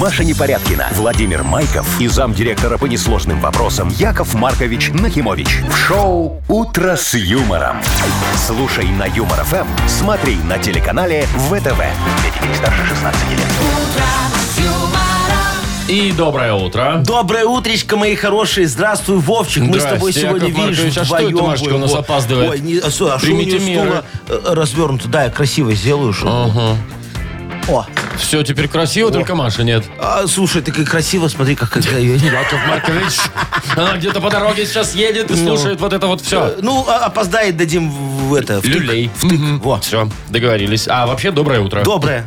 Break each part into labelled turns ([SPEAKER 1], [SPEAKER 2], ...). [SPEAKER 1] Маша Непорядкина, Владимир Майков и замдиректора по несложным вопросам Яков Маркович Нахимович. В шоу «Утро с юмором». Слушай на Юмор ФМ, смотри на телеканале ВТВ. Для детей старше 16 лет.
[SPEAKER 2] И доброе утро.
[SPEAKER 3] Доброе утречко, мои хорошие. Здравствуй, Вовчик. Мы с тобой
[SPEAKER 2] Здрасте,
[SPEAKER 3] сегодня,
[SPEAKER 2] Яков
[SPEAKER 3] видишь,
[SPEAKER 2] Маркович. А что это
[SPEAKER 3] вдвоем.
[SPEAKER 2] Машечка у
[SPEAKER 3] будем.
[SPEAKER 2] нас
[SPEAKER 3] Ой,
[SPEAKER 2] опаздывает?
[SPEAKER 3] Ой, не, а что, а что у
[SPEAKER 2] Примите
[SPEAKER 3] нее
[SPEAKER 2] меры.
[SPEAKER 3] стула э, развернуто? Да, я красиво сделаю, что... О,
[SPEAKER 2] Все, теперь красиво, только Маши нет.
[SPEAKER 3] а, слушай, ты как красиво, смотри, как когда ее не
[SPEAKER 2] Яков Маркович, Ну. она где-то по дороге сейчас едет и слушает вот это вот все.
[SPEAKER 3] Ну, а- опоздает дадим в это... в тык.
[SPEAKER 2] Люлей.
[SPEAKER 3] Во.
[SPEAKER 2] Все, договорились. А вообще, доброе утро.
[SPEAKER 3] Доброе.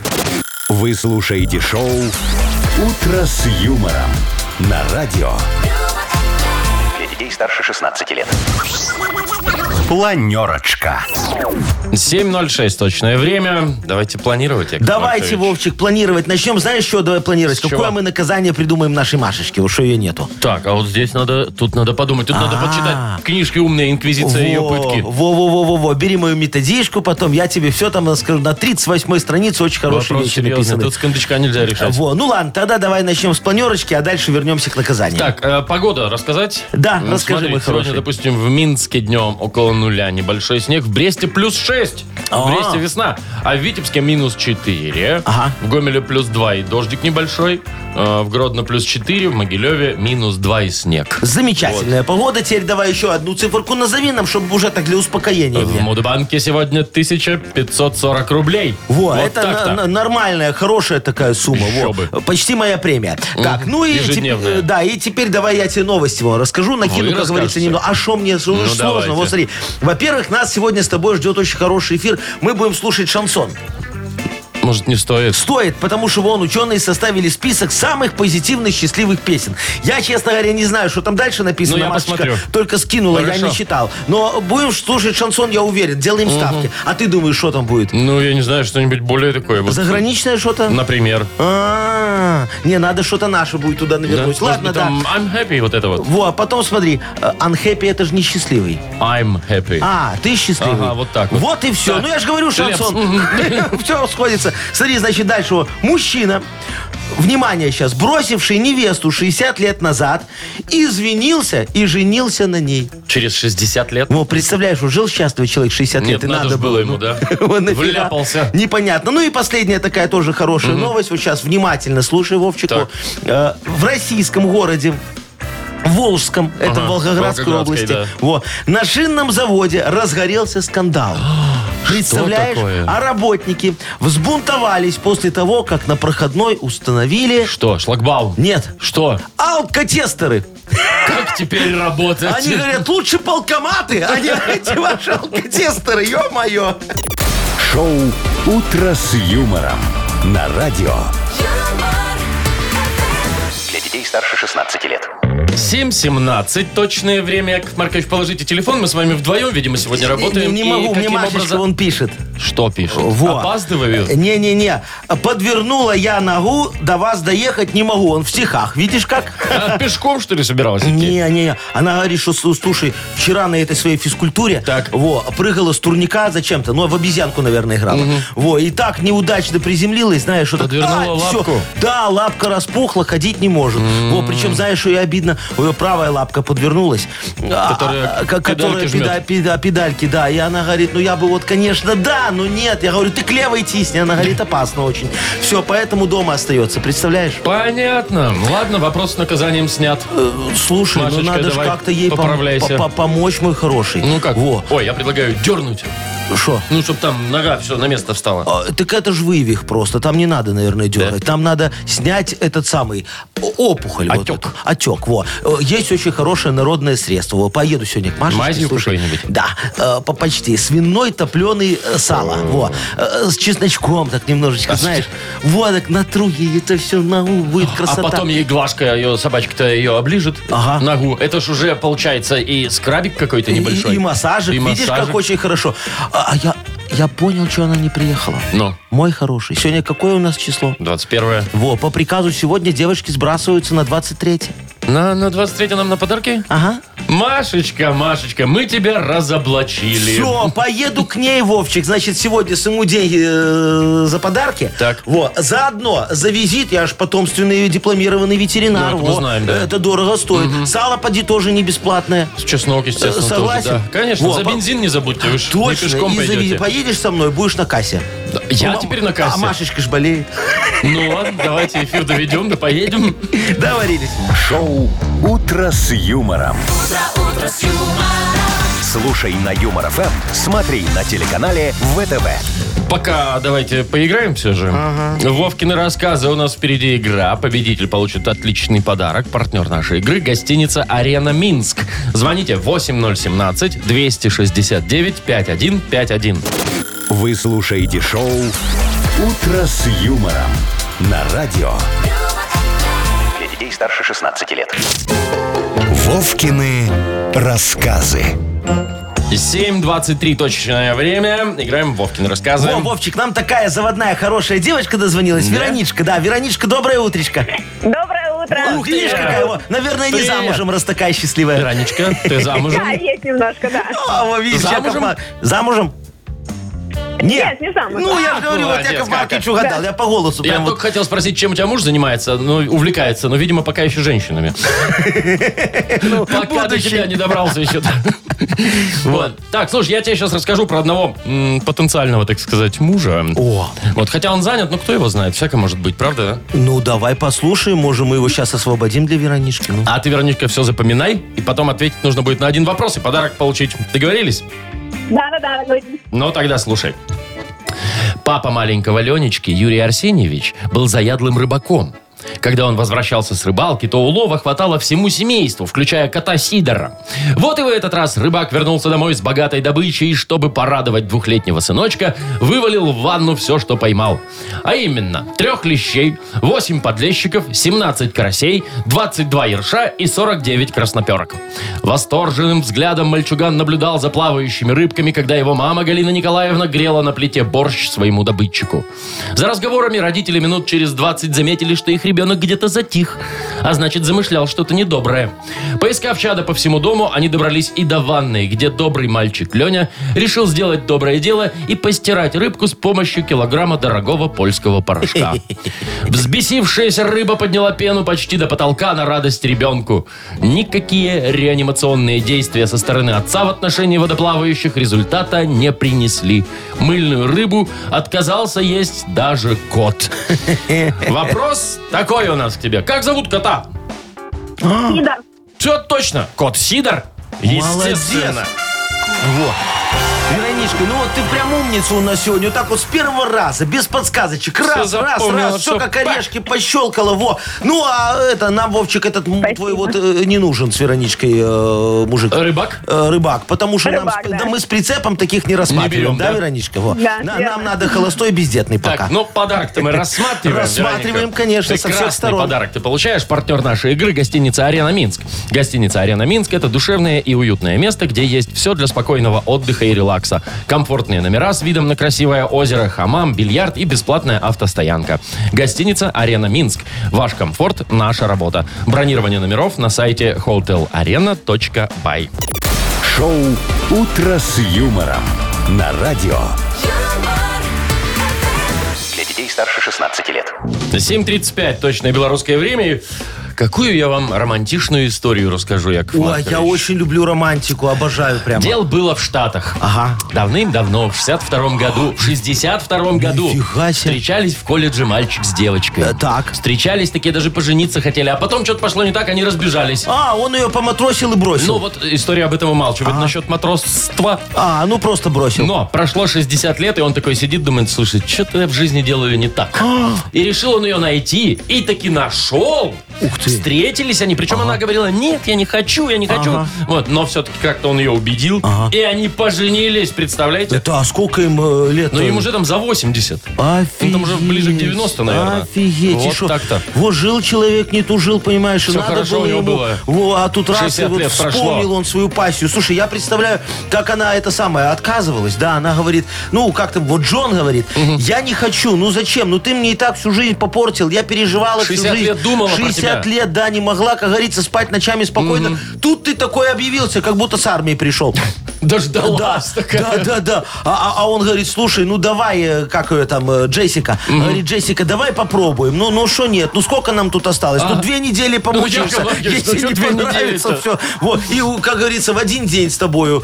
[SPEAKER 1] Вы слушаете шоу «Утро с юмором» на радио. Для детей старше 16 лет. Планерочка.
[SPEAKER 2] 7.06 точное время. Давайте планировать, Яков
[SPEAKER 3] Давайте,
[SPEAKER 2] Маркович.
[SPEAKER 3] Вовчик, планировать начнем. Знаешь, что давай планировать?
[SPEAKER 2] С чего?
[SPEAKER 3] Какое мы наказание придумаем нашей Машечке? Вот что ее нету.
[SPEAKER 2] Так, а вот здесь надо, тут надо подумать. Тут надо
[SPEAKER 3] А.
[SPEAKER 2] почитать книжки «Умная инквизиция и ее пытки».
[SPEAKER 3] Во-во-во-во-во. Бери мою методичку, потом я тебе все там расскажу. На 38 странице очень хорошие
[SPEAKER 2] Вопрос
[SPEAKER 3] вещи
[SPEAKER 2] серьезный.
[SPEAKER 3] написаны.
[SPEAKER 2] Тут с кондачка нельзя решать.
[SPEAKER 3] Во, ну ладно, тогда давай начнем с планерочки, а дальше вернемся к наказанию.
[SPEAKER 2] Так, э, погода рассказать?
[SPEAKER 3] Да,
[SPEAKER 2] Ну,
[SPEAKER 3] расскажи,
[SPEAKER 2] смотри,
[SPEAKER 3] мой
[SPEAKER 2] сегодня,
[SPEAKER 3] хороший.
[SPEAKER 2] допустим, в Минске днем около нуля небольшой снег. В Бресте плюс 6.
[SPEAKER 3] А.
[SPEAKER 2] В Бресте весна. А в Витебске минус 4.
[SPEAKER 3] Ага.
[SPEAKER 2] В Гомеле плюс 2 и дождик небольшой. Э, В Гродно плюс 4. В Могилеве минус 2 и снег.
[SPEAKER 3] Замечательная погода. Теперь давай еще одну циферку назови нам, чтобы уже так для успокоения.
[SPEAKER 2] В
[SPEAKER 3] мне.
[SPEAKER 2] Мудбанке сегодня 1540 рублей.
[SPEAKER 3] Во, это
[SPEAKER 2] так-то.
[SPEAKER 3] на- на- нормальная, хорошая такая сумма.
[SPEAKER 2] Еще
[SPEAKER 3] Во.
[SPEAKER 2] бы.
[SPEAKER 3] Почти моя премия. Так, ну и
[SPEAKER 2] Ежедневная.
[SPEAKER 3] теперь- да, и теперь давай я тебе новости вам расскажу, накину, как
[SPEAKER 2] расскажете.
[SPEAKER 3] говорится, немного. А что мне ну,
[SPEAKER 2] Ну,
[SPEAKER 3] сложно?
[SPEAKER 2] давайте.
[SPEAKER 3] Вот смотри. Во-первых, нас сегодня с тобой ждет очень хороший эфир. Мы будем слушать шансон.
[SPEAKER 2] Может, не стоит?
[SPEAKER 3] Стоит, потому что вон ученые составили список самых позитивных счастливых песен. Я, честно говоря, не знаю, что там дальше написано.
[SPEAKER 2] Ну, я
[SPEAKER 3] Машечка
[SPEAKER 2] посмотрю.
[SPEAKER 3] только скинула, я
[SPEAKER 2] Хорошо.
[SPEAKER 3] не читал. Но будем слушать шансон, я уверен. Делаем ставки. А ты думаешь, что там будет?
[SPEAKER 2] Ну, я не знаю, что-нибудь более такое. вот,
[SPEAKER 3] Заграничное что-то?
[SPEAKER 2] Например.
[SPEAKER 3] А, не, надо что-то наше будет туда навернуть.
[SPEAKER 2] Да?
[SPEAKER 3] Ладно,
[SPEAKER 2] Может быть, там
[SPEAKER 3] да.
[SPEAKER 2] I'm happy, вот это вот.
[SPEAKER 3] Во, а потом смотри, э, unhappy это же не счастливый.
[SPEAKER 2] I'm happy.
[SPEAKER 3] А, ты счастливый.
[SPEAKER 2] Ага, вот так вот.
[SPEAKER 3] и все.
[SPEAKER 2] Да.
[SPEAKER 3] Ну я же говорю, шансон.
[SPEAKER 2] Лепс.
[SPEAKER 3] Все сходится. Смотри, значит, дальше. вот. Мужчина, внимание сейчас, бросивший невесту 60 лет назад, извинился и женился на ней.
[SPEAKER 2] Через 60 лет?
[SPEAKER 3] Ну, представляешь, вот жил счастливый человек 60
[SPEAKER 2] Нет,
[SPEAKER 3] лет, и
[SPEAKER 2] надо,
[SPEAKER 3] надо,
[SPEAKER 2] ж было ему, да?
[SPEAKER 3] Он нафига?
[SPEAKER 2] Вляпался.
[SPEAKER 3] Непонятно. Ну и последняя такая тоже хорошая новость. Вот сейчас внимательно слушай, Вовчик.
[SPEAKER 2] Так.
[SPEAKER 3] Э, В российском городе Волжском, это в Волгоградской
[SPEAKER 2] Волгоградской,
[SPEAKER 3] области,
[SPEAKER 2] да.
[SPEAKER 3] во, на шинном заводе разгорелся скандал. Представляешь?
[SPEAKER 2] А, такое?
[SPEAKER 3] А работники взбунтовались после того, как на проходной установили...
[SPEAKER 2] Что, шлагбаум?
[SPEAKER 3] Нет,
[SPEAKER 2] Что?
[SPEAKER 3] алкотестеры.
[SPEAKER 2] Как теперь работать?
[SPEAKER 3] Они говорят, лучше полкоматы, а не эти ваши алкотестеры, ё-моё.
[SPEAKER 1] Шоу «Утро с юмором» на радио. Для детей старше 16 лет.
[SPEAKER 2] 7.17, точное время. Яков Маркович, положите телефон, мы с вами вдвоем, видимо, сегодня работаем.
[SPEAKER 3] Не, не
[SPEAKER 2] И
[SPEAKER 3] могу, мне
[SPEAKER 2] каким
[SPEAKER 3] Машечка
[SPEAKER 2] образом-
[SPEAKER 3] вон пишет.
[SPEAKER 2] Что пишет?
[SPEAKER 3] Во. Э,
[SPEAKER 2] Опаздываю?
[SPEAKER 3] Не-не-не, подвернула я ногу, до вас доехать не могу. Он в стихах, видишь как?
[SPEAKER 2] А пешком, что ли, собиралась идти?
[SPEAKER 3] Не-не-не, она говорит, что, слу- слушай, вчера на этой своей физкультуре
[SPEAKER 2] Так.
[SPEAKER 3] Во, прыгала с турника зачем-то, ну, в обезьянку, наверное, играла. Во, и так неудачно приземлилась, знаешь, что
[SPEAKER 2] Подвернула лапку?
[SPEAKER 3] Да, лапка распухла, ходить не может. Во, причем, знаешь, что и обидно, у ее правая лапка подвернулась. а,
[SPEAKER 2] Которая
[SPEAKER 3] а, ко-
[SPEAKER 2] педальки
[SPEAKER 3] которая
[SPEAKER 2] жмет.
[SPEAKER 3] педа- педа- педальки, да. И она говорит, ну, я бы вот, конечно, да, но нет. Я говорю, ты к левой тисни. Она говорит, опасно очень. Все, поэтому дома остается, представляешь?
[SPEAKER 2] Понятно. Ладно, вопрос с наказанием снят.
[SPEAKER 3] Слушай,
[SPEAKER 2] Машечка,
[SPEAKER 3] ну надо же
[SPEAKER 2] давай,
[SPEAKER 3] как-то ей пом-
[SPEAKER 2] поправляйся.
[SPEAKER 3] по- по- помочь, мой хороший.
[SPEAKER 2] Ну как?
[SPEAKER 3] Во,
[SPEAKER 2] Ой, я предлагаю дернуть.
[SPEAKER 3] что?
[SPEAKER 2] Ну, чтобы там нога все на место встала.
[SPEAKER 3] А, Так это же вывих просто. Там не надо, наверное, дергать. Там надо снять этот самый о- опухоль. вот
[SPEAKER 2] Отек.
[SPEAKER 3] эту. Отек, во. Э, Есть очень хорошее народное средство. Во, Поеду сегодня к Машечке.
[SPEAKER 2] Мазью
[SPEAKER 3] слушай.
[SPEAKER 2] какой-нибудь?
[SPEAKER 3] Да, э, по- почти. Свиной топленый э, сало. Во. Э, С чесночком так немножечко,
[SPEAKER 2] А с
[SPEAKER 3] знаешь. Вот так натру ей это все на ум. Будет красота.
[SPEAKER 2] А потом ей глажка, ее собачка-то ее оближет
[SPEAKER 3] Ага.
[SPEAKER 2] ногу. Это ж уже получается и скрабик какой-то небольшой.
[SPEAKER 3] И, и массажик,
[SPEAKER 2] И
[SPEAKER 3] видишь,
[SPEAKER 2] массажик.
[SPEAKER 3] как очень хорошо. А, а я, я понял, что она не приехала.
[SPEAKER 2] Ну.
[SPEAKER 3] Мой хороший, сегодня какое у нас число?
[SPEAKER 2] 21
[SPEAKER 3] Во, по приказу сегодня девочки сбрасываются на 23
[SPEAKER 2] На, на 23 нам на подарки?
[SPEAKER 3] Ага.
[SPEAKER 2] Машечка, Машечка, мы тебя разоблачили.
[SPEAKER 3] Все, поеду к ней, Вовчик. Значит, сегодня сыму деньги э, за подарки.
[SPEAKER 2] Так.
[SPEAKER 3] Вот. Заодно за визит, я аж потомственный дипломированный ветеринар.
[SPEAKER 2] Ну, это мы
[SPEAKER 3] Во.
[SPEAKER 2] знаем, да.
[SPEAKER 3] Это дорого стоит. Сало поди тоже не бесплатное.
[SPEAKER 2] Чеснок, естественно,
[SPEAKER 3] Согласен.
[SPEAKER 2] тоже. да. Конечно,
[SPEAKER 3] Во,
[SPEAKER 2] за
[SPEAKER 3] по-
[SPEAKER 2] бензин не забудьте, вы ж не
[SPEAKER 3] Точно.
[SPEAKER 2] пешком
[SPEAKER 3] и за визи-
[SPEAKER 2] пойдете.
[SPEAKER 3] поедешь со мной, будешь на кассе.
[SPEAKER 2] Да, Я
[SPEAKER 3] Ну,
[SPEAKER 2] теперь на
[SPEAKER 3] А
[SPEAKER 2] кассе.
[SPEAKER 3] Машечка ж болеет.
[SPEAKER 2] Ну ладно, давайте эфир доведем, да поедем.
[SPEAKER 3] Договорились.
[SPEAKER 1] Шоу «Утро с юмором». Слушай на Юмор ФМ, смотри на телеканале ВТВ.
[SPEAKER 2] Пока давайте поиграем все же. Вовкины рассказы. У нас впереди игра. Победитель получит отличный подарок. Партнер нашей игры – гостиница «Арена Минск». Звоните 8017-269-5151.
[SPEAKER 1] Вы слушаете шоу «Утро с юмором» на радио. Для детей старше 16 лет. Вовкины рассказы.
[SPEAKER 2] 7.23 точное время. Играем в Вовкины рассказы.
[SPEAKER 3] Во, Вовчик, нам такая заводная хорошая девочка дозвонилась. Вероничка, да. Вероничка, доброе утречко.
[SPEAKER 4] Доброе утро.
[SPEAKER 3] Ух, видишь, какая его. Наверное, не
[SPEAKER 2] Привет.
[SPEAKER 3] замужем, раз такая счастливая.
[SPEAKER 2] Вероничка, ты замужем?
[SPEAKER 4] Да, есть немножко, да.
[SPEAKER 3] А, во, видишь,
[SPEAKER 2] Замужем?
[SPEAKER 3] Яков Марк- Замужем?
[SPEAKER 4] Нет, не замужем.
[SPEAKER 3] Ну, я же
[SPEAKER 2] Ах,
[SPEAKER 3] говорю, вот
[SPEAKER 2] молодец
[SPEAKER 3] Яков
[SPEAKER 2] какая.
[SPEAKER 3] Маркович угадал. Я по голосу
[SPEAKER 2] Я
[SPEAKER 3] прям
[SPEAKER 2] только
[SPEAKER 3] вот.
[SPEAKER 2] хотел спросить, чем у тебя муж занимается, но увлекается, но, видимо, пока еще женщинами.
[SPEAKER 3] Ну,
[SPEAKER 2] Пока до
[SPEAKER 3] будущий.
[SPEAKER 2] тебя не добрался еще. Вот. Так, слушай, я тебе сейчас расскажу про одного м, потенциального, так сказать, мужа.
[SPEAKER 3] О,
[SPEAKER 2] Вот, хотя он занят, но кто его знает, всякое может быть, правда?
[SPEAKER 3] ну давай послушаем, может, мы его сейчас освободим для Веронички. ну.
[SPEAKER 2] да? А ты, Вероничка, все запоминай, и потом ответить нужно будет на один вопрос и подарок получить. Договорились?
[SPEAKER 4] Да, да, да. говорите.
[SPEAKER 2] Ну, тогда слушай. Папа маленького Ленечки, Юрий Арсеньевич, был заядлым рыбаком. Когда он возвращался с рыбалки, то улова хватало всему семейству, включая кота Сидора. Вот и в этот раз рыбак вернулся домой с богатой добычей, и, чтобы порадовать двухлетнего сыночка, вывалил в ванну все, что поймал. А именно, трех лещей, 8 подлещиков, 17 карасей, 22 ерша и 49 красноперок. Восторженным взглядом мальчуган наблюдал за плавающими рыбками, когда его мама Галина Николаевна грела на плите борщ своему добытчику. За разговорами родители минут через 20 заметили, что их ребенок где-то затих, а значит замышлял что-то недоброе. Поискав чада по всему дому, они добрались и до ванной, где добрый мальчик Леня решил сделать доброе дело и постирать рыбку с помощью килограмма дорогого польского порошка. Взбесившаяся рыба подняла пену почти до потолка на радость ребенку. Никакие реанимационные действия со стороны отца в отношении водоплавающих результата не принесли. Мыльную рыбу отказался есть даже кот. Вопрос такой у нас к тебе. Как зовут кота?
[SPEAKER 5] Хм.
[SPEAKER 4] Сидор.
[SPEAKER 2] Все точно. Кот Сидор? Естественно.
[SPEAKER 3] Вот. Вероничка, ну вот ты прям умница у нас сегодня. Вот так вот с первого раза, без подсказочек. Раз, раз,
[SPEAKER 2] запомнила,
[SPEAKER 3] раз, все
[SPEAKER 2] всё,
[SPEAKER 3] как орешки пощелкало. Во. Ну, а это, нам, Вовчик, этот м,
[SPEAKER 4] Спасибо.
[SPEAKER 3] твой вот э, не нужен с Вероничкой э, мужик.
[SPEAKER 2] Рыбак?
[SPEAKER 3] Э, рыбак, потому что нам,
[SPEAKER 4] Рыбак,
[SPEAKER 3] с- да.
[SPEAKER 4] да.
[SPEAKER 3] мы с прицепом таких не рассматриваем,
[SPEAKER 2] берем,
[SPEAKER 3] да,
[SPEAKER 2] да?
[SPEAKER 3] Вероничка? Во.
[SPEAKER 4] Да,
[SPEAKER 3] На-
[SPEAKER 4] верно.
[SPEAKER 3] нам надо холостой и бездетный пока.
[SPEAKER 2] Так, ну подарок-то мы рассматриваем.
[SPEAKER 3] Рассматриваем,
[SPEAKER 2] Вероника.
[SPEAKER 3] конечно, со всех
[SPEAKER 2] Прекрасный
[SPEAKER 3] сторон.
[SPEAKER 2] подарок ты получаешь. Партнер нашей игры – гостиница «Арена Минск». Гостиница «Арена Минск» – это душевное и уютное место, где есть все для спокойного отдыха и релакса. Комфортные номера с видом на красивое озеро, хамам, бильярд и бесплатная автостоянка. Гостиница «Арена Минск». Ваш комфорт – наша работа. Бронирование номеров на сайте hotelarena.by.
[SPEAKER 1] Шоу «Утро с юмором» на радио.
[SPEAKER 6] юмор,
[SPEAKER 7] Для детей старше 16 лет.
[SPEAKER 2] 7.35, точное белорусское время. И Какую я вам романтичную историю расскажу, Яков
[SPEAKER 3] Ой,
[SPEAKER 2] Маркович?
[SPEAKER 3] я очень люблю романтику, обожаю прямо.
[SPEAKER 2] Дел было в Штатах.
[SPEAKER 3] Ага.
[SPEAKER 2] Давным-давно, в 62-м году, в 62-м году
[SPEAKER 3] Нифига себе.
[SPEAKER 2] встречались в колледже мальчик с девочкой.
[SPEAKER 3] Э, так.
[SPEAKER 2] Встречались, такие даже пожениться хотели, а потом что-то пошло не так, они разбежались.
[SPEAKER 3] А, он ее поматросил и бросил.
[SPEAKER 2] Ну вот история об этом умалчивает насчет матросства.
[SPEAKER 3] А, ну просто бросил.
[SPEAKER 2] Но прошло 60 лет, и он такой сидит, думает, слушай, что-то я в жизни делаю не так.
[SPEAKER 3] А!
[SPEAKER 2] и решил он ее найти, и таки нашел.
[SPEAKER 3] Ух ты.
[SPEAKER 2] Встретились они, причем она говорила, нет, я не хочу, я не хочу.
[SPEAKER 3] Ага.
[SPEAKER 2] Вот, но все-таки как-то он ее убедил,
[SPEAKER 3] Ага.
[SPEAKER 2] и они поженились, представляете?
[SPEAKER 3] Это а сколько им э, лет?
[SPEAKER 2] Ну, ему же там за 80.
[SPEAKER 3] Офигеть.
[SPEAKER 2] Ну, там уже ближе к 90, наверное.
[SPEAKER 3] Офигеть.
[SPEAKER 2] Вот
[SPEAKER 3] и шо?
[SPEAKER 2] так-то.
[SPEAKER 3] Вот жил человек, не тужил, понимаешь. и
[SPEAKER 2] Всё
[SPEAKER 3] надо
[SPEAKER 2] хорошо
[SPEAKER 3] было
[SPEAKER 2] у него
[SPEAKER 3] ему-
[SPEAKER 2] было.
[SPEAKER 3] Во, а тут раз,
[SPEAKER 2] 60
[SPEAKER 3] и вот
[SPEAKER 2] лет прошло.
[SPEAKER 3] вспомнил он свою пассию. Слушай, я представляю, как она это самое отказывалась. Да, она говорит, ну, как там, вот Джон говорит, я не хочу, ну зачем? Ну ты мне и так всю жизнь попортил, я переживала всю
[SPEAKER 2] 60
[SPEAKER 3] жизнь.
[SPEAKER 2] лет думала про тебя, себя.
[SPEAKER 3] 60 лет, да, не могла, как говорится, спать ночами спокойно. Тут ты такой объявился, как будто с армии пришел. Да,
[SPEAKER 2] Дождалась такая.
[SPEAKER 3] да, да, да. А, а- а он говорит, слушай, ну давай, э, как ее там, э, Джессика. Говорит, Джессика, давай попробуем. Ну, ну что нет, ну сколько нам тут осталось?
[SPEAKER 2] Ага.
[SPEAKER 3] Ну две недели
[SPEAKER 2] Яков
[SPEAKER 3] помучимся.
[SPEAKER 2] Маркович, ну
[SPEAKER 3] Если
[SPEAKER 2] чё
[SPEAKER 3] не
[SPEAKER 2] две
[SPEAKER 3] понравится,
[SPEAKER 2] недели-то?
[SPEAKER 3] все. Вот. И, у- как говорится, в один день с тобою.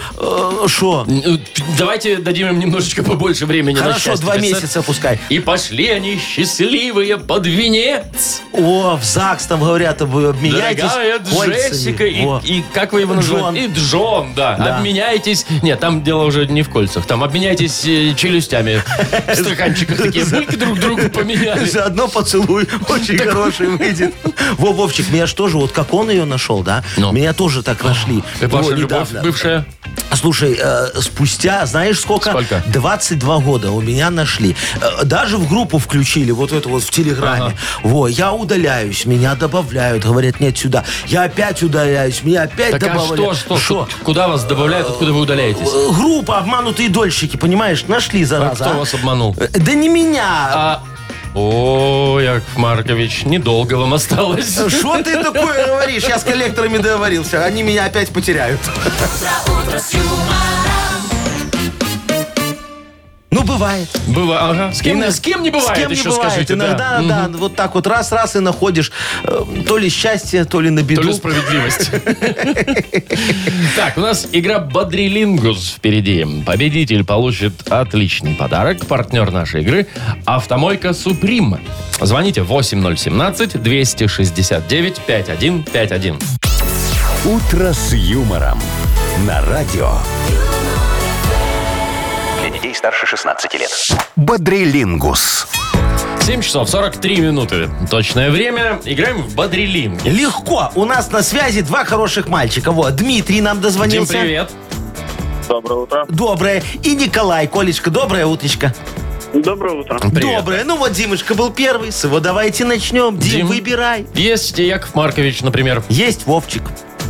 [SPEAKER 3] Что?
[SPEAKER 2] Э, Давайте дадим им немножечко побольше времени на
[SPEAKER 3] Хорошо,
[SPEAKER 2] ну, счастье,
[SPEAKER 3] два
[SPEAKER 2] представь.
[SPEAKER 3] месяца пускай.
[SPEAKER 2] И пошли они счастливые под венец.
[SPEAKER 3] О, в ЗАГС там говорят, вы обменяетесь
[SPEAKER 2] Дорогая
[SPEAKER 3] кольцами.
[SPEAKER 2] Джессика и,
[SPEAKER 3] Во.
[SPEAKER 2] и как вы его называете? И
[SPEAKER 3] Джон.
[SPEAKER 2] Джон, да.
[SPEAKER 3] Да.
[SPEAKER 2] Обменяйтесь... Нет, там дело уже не в кольцах. Там обменяйтесь э, челюстями. В стаканчиках такие бульки друг другу поменяли.
[SPEAKER 3] Заодно поцелуй очень хороший выйдет. Во, Вовчик, меня ж тоже, вот как он ее нашел, да?
[SPEAKER 2] Ну.
[SPEAKER 3] Меня тоже так нашли.
[SPEAKER 2] И
[SPEAKER 3] Во,
[SPEAKER 2] ваша любовь
[SPEAKER 3] недавно.
[SPEAKER 2] бывшая.
[SPEAKER 3] Слушай, э, спустя, знаешь, сколько?
[SPEAKER 2] Сколько?
[SPEAKER 3] 22 года у меня нашли. Э, даже в группу включили, вот это вот в Телеграме. Во, я удаляюсь, меня добавляют, говорят, нет, сюда. Я опять удаляюсь, меня опять
[SPEAKER 2] Так а
[SPEAKER 3] добавляют.
[SPEAKER 2] что, что, Куда вас добавляют, откуда вы удаляетесь?
[SPEAKER 3] Э, Группа обманутые дольщики, понимаешь, нашли,
[SPEAKER 2] А
[SPEAKER 3] зараза.
[SPEAKER 2] кто
[SPEAKER 3] а.
[SPEAKER 2] вас обманул?
[SPEAKER 3] Э, Да не меня.
[SPEAKER 2] А... О, Яков Маркович, недолго вам осталось.
[SPEAKER 3] Что ты такое говоришь? Я с коллекторами договорился, они меня опять потеряют. Ну, бывает.
[SPEAKER 2] Быва, ага. С кем,
[SPEAKER 3] Иногда-
[SPEAKER 2] с кем не бывает,
[SPEAKER 3] С кем не
[SPEAKER 2] еще
[SPEAKER 3] бывает.
[SPEAKER 2] скажите. да.
[SPEAKER 3] Иногда,
[SPEAKER 2] Мгм.
[SPEAKER 3] да, вот так вот раз-раз и находишь э, то ли счастье, то ли на
[SPEAKER 2] То
[SPEAKER 3] беду.
[SPEAKER 2] ли справедливость. Так, у нас игра «Бодрилингус» впереди. Победитель получит отличный подарок. Партнер нашей игры – «Автомойка Суприм». Звоните 8017-269-5151.
[SPEAKER 1] «Утро с юмором» на радио
[SPEAKER 7] Для детей старше 16 лет.
[SPEAKER 1] «Бодрилингус».
[SPEAKER 2] 7 часов 43 минуты. Точное время. Играем в «Бодрилингус».
[SPEAKER 3] Легко. У нас на связи два хороших мальчика. Вот, Дмитрий нам
[SPEAKER 2] Дим,
[SPEAKER 3] дозвонился.
[SPEAKER 2] привет.
[SPEAKER 6] Доброе утро.
[SPEAKER 3] Доброе. И Николай. Колечка, доброе уточка.
[SPEAKER 6] Доброе утро.
[SPEAKER 2] Привет.
[SPEAKER 3] Доброе. Ну вот Димочка был первый. С его давайте начнем. Дим,
[SPEAKER 2] Дим.
[SPEAKER 3] выбирай.
[SPEAKER 2] Есть Яков Маркович, например.
[SPEAKER 3] Есть Вовчик.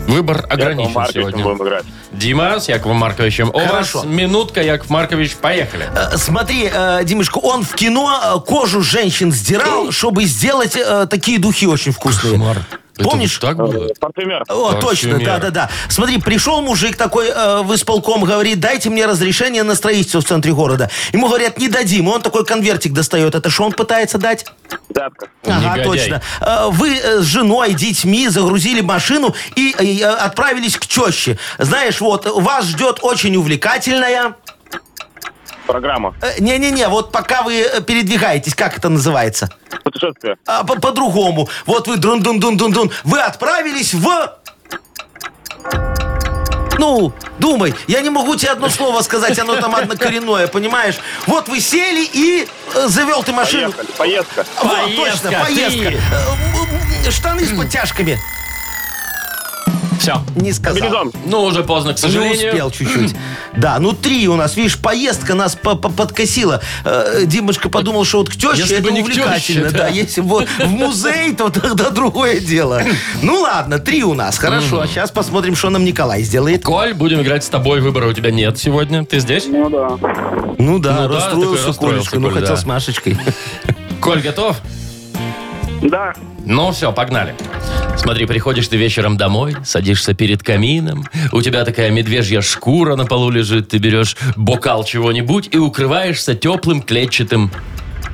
[SPEAKER 2] Выбор
[SPEAKER 6] Якова
[SPEAKER 2] ограничен
[SPEAKER 6] Марковича
[SPEAKER 2] сегодня.
[SPEAKER 6] будем играть.
[SPEAKER 2] Дима с Яковом Марковичем. У
[SPEAKER 3] Хорошо.
[SPEAKER 2] вас минутка, Яков Маркович, поехали.
[SPEAKER 3] Э, Смотри, э, Димочка, он в кино э, кожу женщин сдирал, чтобы сделать э, такие духи очень вкусные. Помнишь?
[SPEAKER 2] так было?
[SPEAKER 6] Парфюмер.
[SPEAKER 3] О,
[SPEAKER 2] Так,
[SPEAKER 3] точно,
[SPEAKER 2] Семен.
[SPEAKER 3] да-да-да. Смотри, пришел мужик такой э, в исполком, говорит, дайте мне разрешение на строительство в центре города. Ему говорят, не дадим. И Он такой конвертик достает. Это что он пытается дать?
[SPEAKER 6] Взятка.
[SPEAKER 2] Негодяй.
[SPEAKER 3] Ага, точно. Э, Вы э, с женой, детьми загрузили машину и э, э, отправились к теще. Знаешь, вот, вас ждет очень увлекательная...
[SPEAKER 6] Программа.
[SPEAKER 3] э, Не-не-не, вот пока вы э, передвигаетесь, как это называется?
[SPEAKER 6] Путешествие.
[SPEAKER 3] А, по- По-другому. вот вы дун дун дун дун дун Вы отправились в... Ну, думай. Я не могу тебе одно слово сказать, оно там однокоренное, понимаешь? Вот вы сели и э, завел ты машину.
[SPEAKER 6] Поехали. Поездка.
[SPEAKER 3] Вот,
[SPEAKER 2] Поездка,
[SPEAKER 3] точно, поездка.
[SPEAKER 2] ты.
[SPEAKER 3] Э, м, м, Штаны с подтяжками.
[SPEAKER 2] Все.
[SPEAKER 3] Не сказал.
[SPEAKER 6] Комбинезон.
[SPEAKER 2] Ну, уже поздно, к
[SPEAKER 3] Не
[SPEAKER 2] сожалению.
[SPEAKER 3] успел чуть-чуть. Да, ну три у нас, видишь, поездка нас по- по- подкосила. Э, Димочка подумал, что вот к
[SPEAKER 2] Если
[SPEAKER 3] теще
[SPEAKER 2] бы
[SPEAKER 3] это
[SPEAKER 2] не к
[SPEAKER 3] увлекательно.
[SPEAKER 2] теще, да.
[SPEAKER 3] Да, если бы вот в музей, то тогда другое дело. Ну ладно, три у нас, хорошо. А сейчас посмотрим, что нам Николай сделает.
[SPEAKER 2] Коль, будем играть с тобой. Выбора у тебя нет сегодня. Ты здесь?
[SPEAKER 6] Ну да.
[SPEAKER 3] Ну
[SPEAKER 2] Ну да,
[SPEAKER 3] да,
[SPEAKER 2] такой
[SPEAKER 3] расстроился
[SPEAKER 2] расстроился
[SPEAKER 3] Колечка, ну
[SPEAKER 2] Коля,
[SPEAKER 3] хотел
[SPEAKER 2] да.
[SPEAKER 3] с Машечкой.
[SPEAKER 2] Коль, готов?
[SPEAKER 6] Да.
[SPEAKER 2] Ну все, погнали. Смотри, приходишь ты вечером домой, садишься перед камином, у тебя такая медвежья шкура на полу лежит, ты берешь бокал чего-нибудь и укрываешься теплым клетчатым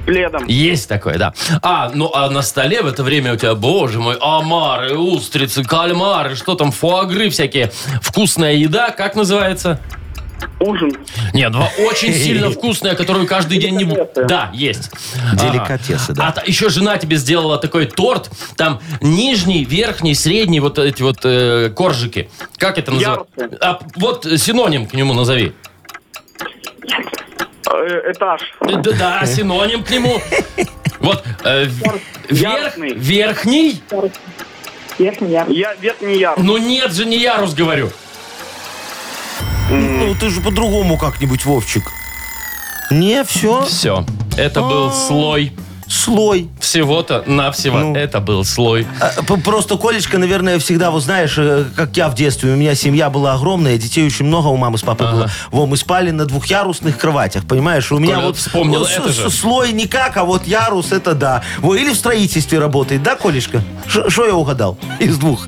[SPEAKER 6] Пледом.
[SPEAKER 2] Есть такое, да. А, ну а на столе в это время у тебя, боже мой, омары, устрицы, кальмары, что там, фуагры всякие. Вкусная еда, как называется?
[SPEAKER 6] Ужин.
[SPEAKER 2] Нет, два очень сильно вкусная, которую каждый день не... бу- Да, есть.
[SPEAKER 3] Деликатесы, да.
[SPEAKER 2] А та- еще жена тебе сделала такой торт, там нижний, верхний, средний, вот эти вот э, коржики. Как это называется?
[SPEAKER 6] Ярусы.
[SPEAKER 2] А, вот э, синоним к нему назови.
[SPEAKER 6] Э, Этаж.
[SPEAKER 2] Э, Да, да, синоним к нему. Вот э, в- верх-
[SPEAKER 6] Ярусный.
[SPEAKER 2] верхний,
[SPEAKER 4] Верхний ярус.
[SPEAKER 6] Я верхний яр.
[SPEAKER 2] Ну нет же, не ярус, говорю.
[SPEAKER 3] Ну ты же по-другому как-нибудь, Вовчик. Не, все, А.
[SPEAKER 2] Все, это был слой.
[SPEAKER 3] слой.
[SPEAKER 2] Всего-то навсего это был слой.
[SPEAKER 3] Ну. А, п- Просто Колечка, наверное, всегда, вот знаешь, э, как я в детстве, у меня семья была огромная, детей очень много у мамы с папой было. Во, мы спали на двухъярусных кроватях, понимаешь? У меня
[SPEAKER 2] Коля
[SPEAKER 3] вот
[SPEAKER 2] вспомнил
[SPEAKER 3] вот с-
[SPEAKER 2] это
[SPEAKER 3] с-
[SPEAKER 2] же.
[SPEAKER 3] слой никак, а вот ярус это да. Во, или в строительстве работает, да, Колечка? Что я угадал? Из двух.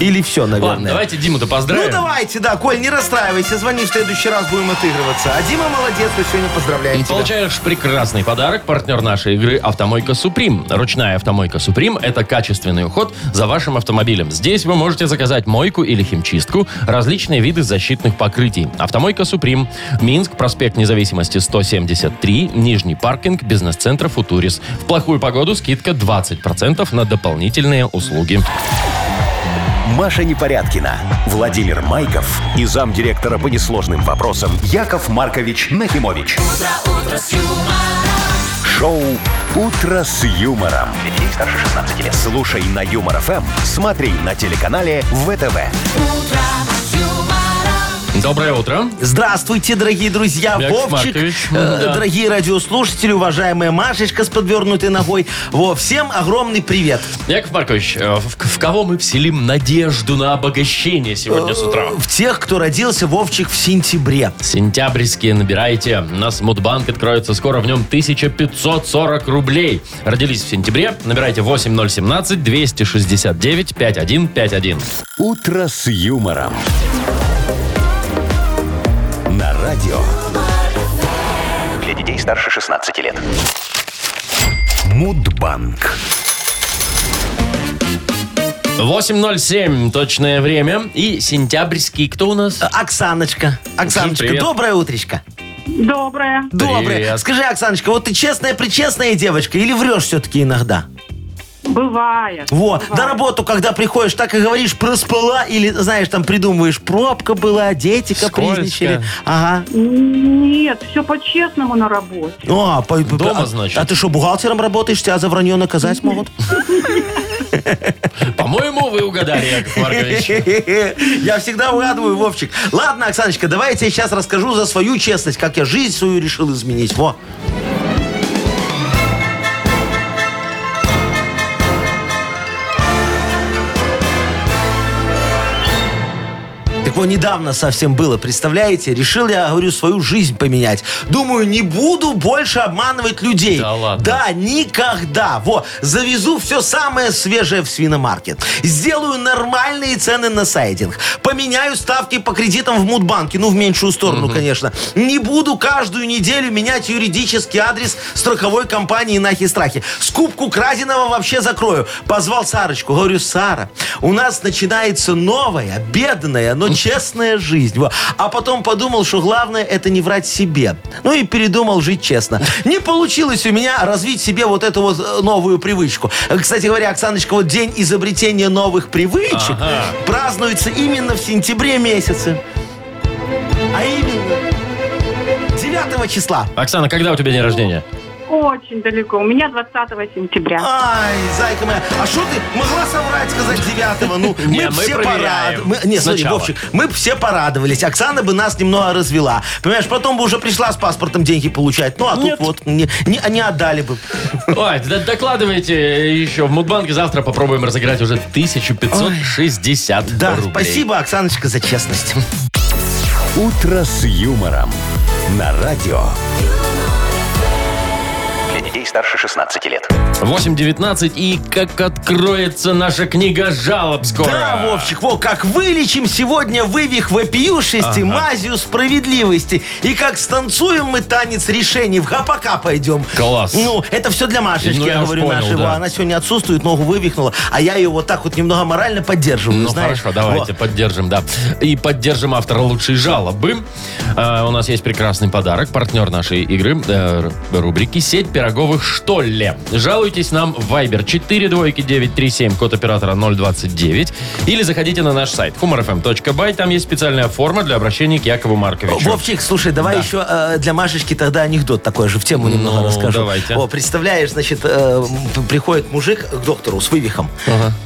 [SPEAKER 3] Или все,
[SPEAKER 2] Ладно,
[SPEAKER 3] наверное.
[SPEAKER 2] давайте Диму-то поздравим.
[SPEAKER 3] Ну давайте, да, Коль, не расстраивайся, звони в следующий раз, будем отыгрываться. А Дима молодец, мы сегодня поздравляем тебя.
[SPEAKER 2] Получаешь прекрасный подарок. Партнер нашей игры «Автомойка Суприм». Ручная «Автомойка Суприм» — это качественный уход за вашим автомобилем. Здесь вы можете заказать мойку или химчистку, различные виды защитных покрытий. «Автомойка Суприм». Минск, проспект Независимости 173, Нижний паркинг, бизнес-центр «Футурис». В плохую погоду скидка 20% на дополнительные услуги.
[SPEAKER 1] Маша Непорядкина, Владимир Майков и замдиректора по несложным вопросам Яков Маркович Нахимович. Шоу Утро с юмором.
[SPEAKER 7] Для детей старше 16 лет.
[SPEAKER 1] Слушай на Юмор ФМ, смотри на телеканале ВТВ.
[SPEAKER 2] Доброе утро.
[SPEAKER 3] Здравствуйте, дорогие друзья.
[SPEAKER 2] Яков
[SPEAKER 3] Вовчик,
[SPEAKER 2] Маркович.
[SPEAKER 3] э,
[SPEAKER 2] Ну да.
[SPEAKER 3] дорогие радиослушатели, уважаемая Машечка с подвернутой ногой. Во, всем огромный привет.
[SPEAKER 2] Яков Маркович, э, в, в кого мы вселим надежду на обогащение сегодня с утра?
[SPEAKER 3] Э, В тех, кто родился Вовчик в сентябре.
[SPEAKER 2] Сентябрьские набирайте. У нас Мудбанк откроется скоро. В нем 1540 рублей. Родились в сентябре. Набирайте 8017-269-5151.
[SPEAKER 1] Утро с юмором. На радио
[SPEAKER 7] Для детей старше 16 лет.
[SPEAKER 1] Мудбанк.
[SPEAKER 2] 8.07 точное время. И сентябрьский кто у нас?
[SPEAKER 3] Э, Оксаночка. Оксаночка,
[SPEAKER 2] привет.
[SPEAKER 3] доброе утречко.
[SPEAKER 4] Доброе.
[SPEAKER 3] Доброе.
[SPEAKER 2] Привет.
[SPEAKER 3] Скажи, Оксаночка, вот ты честная-причестная девочка или врешь все-таки иногда?
[SPEAKER 4] Бывает.
[SPEAKER 3] Во,
[SPEAKER 4] Бывает.
[SPEAKER 3] на работу, когда приходишь, так и говоришь, проспала, или, знаешь, там придумываешь, пробка была, дети
[SPEAKER 2] Скользко.
[SPEAKER 3] капризничали. Ага.
[SPEAKER 4] Нет, все по-честному на работе.
[SPEAKER 3] А, по- по-
[SPEAKER 2] Дома,
[SPEAKER 3] а-
[SPEAKER 2] значит.
[SPEAKER 3] А ты что, бухгалтером работаешь? Тебя за вранье наказать могут?
[SPEAKER 2] По-моему, вы угадали, Яков Маркович.
[SPEAKER 3] Я всегда угадываю, Вовчик. Ладно, Оксаночка, давай я тебе сейчас расскажу за свою честность, как я жизнь свою решил изменить. Во. Так вот, недавно совсем было, представляете? Решил я, говорю, свою жизнь поменять. Думаю, не буду больше обманывать людей.
[SPEAKER 2] Да ладно?
[SPEAKER 3] Да, никогда. Во, завезу все самое свежее в свиномаркет. Сделаю нормальные цены на сайдинг. Поменяю ставки по кредитам в Мудбанке. Ну, в меньшую сторону, конечно. Не буду каждую неделю менять юридический адрес страховой компании «Нахи Страхи». Скупку краденого вообще закрою. Позвал Сарочку. Говорю, Сара, у нас начинается новая, бедная, но честная жизнь. Во. А потом подумал, что главное это не врать себе. Ну и передумал жить честно. Не получилось у меня развить себе вот эту вот э, новую привычку. Э, Кстати говоря, Оксаночка, вот день изобретения новых привычек
[SPEAKER 2] Ага.
[SPEAKER 3] празднуется именно в сентябре месяце. А именно 9 числа.
[SPEAKER 2] Оксана, когда у тебя день рождения?
[SPEAKER 4] Очень далеко. У меня 20 сентября.
[SPEAKER 3] Ай, зайка моя, а что ты могла соврать, сказать девятого? Ну,
[SPEAKER 2] Не,
[SPEAKER 3] мы б
[SPEAKER 2] мы
[SPEAKER 3] все
[SPEAKER 2] проверяем.
[SPEAKER 3] порадовались. Не, смотри,
[SPEAKER 2] Сначала.
[SPEAKER 3] Вовчик, мы б все порадовались. Оксана бы нас немного развела. Понимаешь, потом бы уже пришла с паспортом деньги получать. Ну, а
[SPEAKER 2] Нет.
[SPEAKER 3] тут вот не, не- не отдали бы.
[SPEAKER 2] Ой, д- докладывайте еще в Мудбанке. Завтра попробуем разыграть уже 1560
[SPEAKER 3] Да,
[SPEAKER 2] рублей.
[SPEAKER 3] спасибо, Оксаночка, за честность.
[SPEAKER 1] Утро с юмором. На радио
[SPEAKER 7] Для детей старше 16 лет.
[SPEAKER 2] 8.19 и как откроется наша книга жалоб скоро.
[SPEAKER 3] Да, Вовчик, во, как вылечим сегодня вывих вопиюшести, мазью справедливости. И как станцуем мы танец решений, в гапака пойдем.
[SPEAKER 2] Класс.
[SPEAKER 3] Ну, это все для Машечки,
[SPEAKER 2] Ну, я
[SPEAKER 3] я,
[SPEAKER 2] уж
[SPEAKER 3] говорю,
[SPEAKER 2] понял,
[SPEAKER 3] нашего.
[SPEAKER 2] да.
[SPEAKER 3] Она сегодня отсутствует, ногу вывихнула, а я ее вот так вот немного морально поддерживаю,
[SPEAKER 2] Ну
[SPEAKER 3] знаешь.
[SPEAKER 2] хорошо, давайте
[SPEAKER 3] Во.
[SPEAKER 2] поддержим, да. И поддержим автора лучшей жалобы. Э, у нас есть прекрасный подарок, партнер нашей игры, э, р- рубрики «Сеть пироговых что ли?». Жалуйтесь нам в Viber 42937, код оператора 029, или заходите на наш сайт humorfm.by, там есть специальная форма для обращения к Якову Марковичу.
[SPEAKER 3] Ну, Вовчик, слушай, давай еще э, для Машечки тогда анекдот такой же в тему немного
[SPEAKER 2] Ну,
[SPEAKER 3] расскажу.
[SPEAKER 2] давайте.
[SPEAKER 3] О, представляешь, значит, э, м, приходит мужик к доктору с вывихом. О.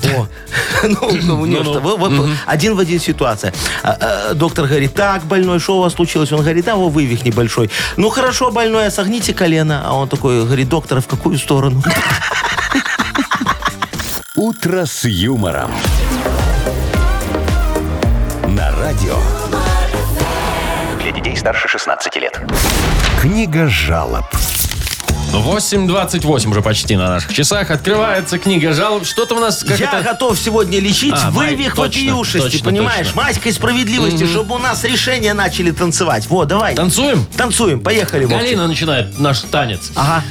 [SPEAKER 3] Ну, ну, у него
[SPEAKER 2] Ну-ну.
[SPEAKER 3] что, вот- вот один в один ситуация. А, э, Доктор говорит, так, больной, что у вас случилось? Он говорит, да, о, вывих небольшой. Ну, хорошо, больной, а согните колено. А он такой говорит, спрашивали доктора, в какую сторону.
[SPEAKER 1] «Утро с юмором». На радио.
[SPEAKER 7] Для детей старше 16 лет.
[SPEAKER 1] Книга жалоб.
[SPEAKER 2] 8.28 уже почти на наших часах. Открывается книга жалоб. Что-то у нас как
[SPEAKER 3] Я
[SPEAKER 2] это...
[SPEAKER 3] готов сегодня лечить
[SPEAKER 2] А, Вань,
[SPEAKER 3] вывих
[SPEAKER 2] точно,
[SPEAKER 3] вопиюшести,
[SPEAKER 2] точно,
[SPEAKER 3] понимаешь?
[SPEAKER 2] точно.
[SPEAKER 3] Маськой справедливости, чтобы у нас решения начали танцевать. Во, давай.
[SPEAKER 2] Танцуем?
[SPEAKER 3] Танцуем, поехали, Вовчик.
[SPEAKER 2] Галина начинает наш танец.
[SPEAKER 3] Ага.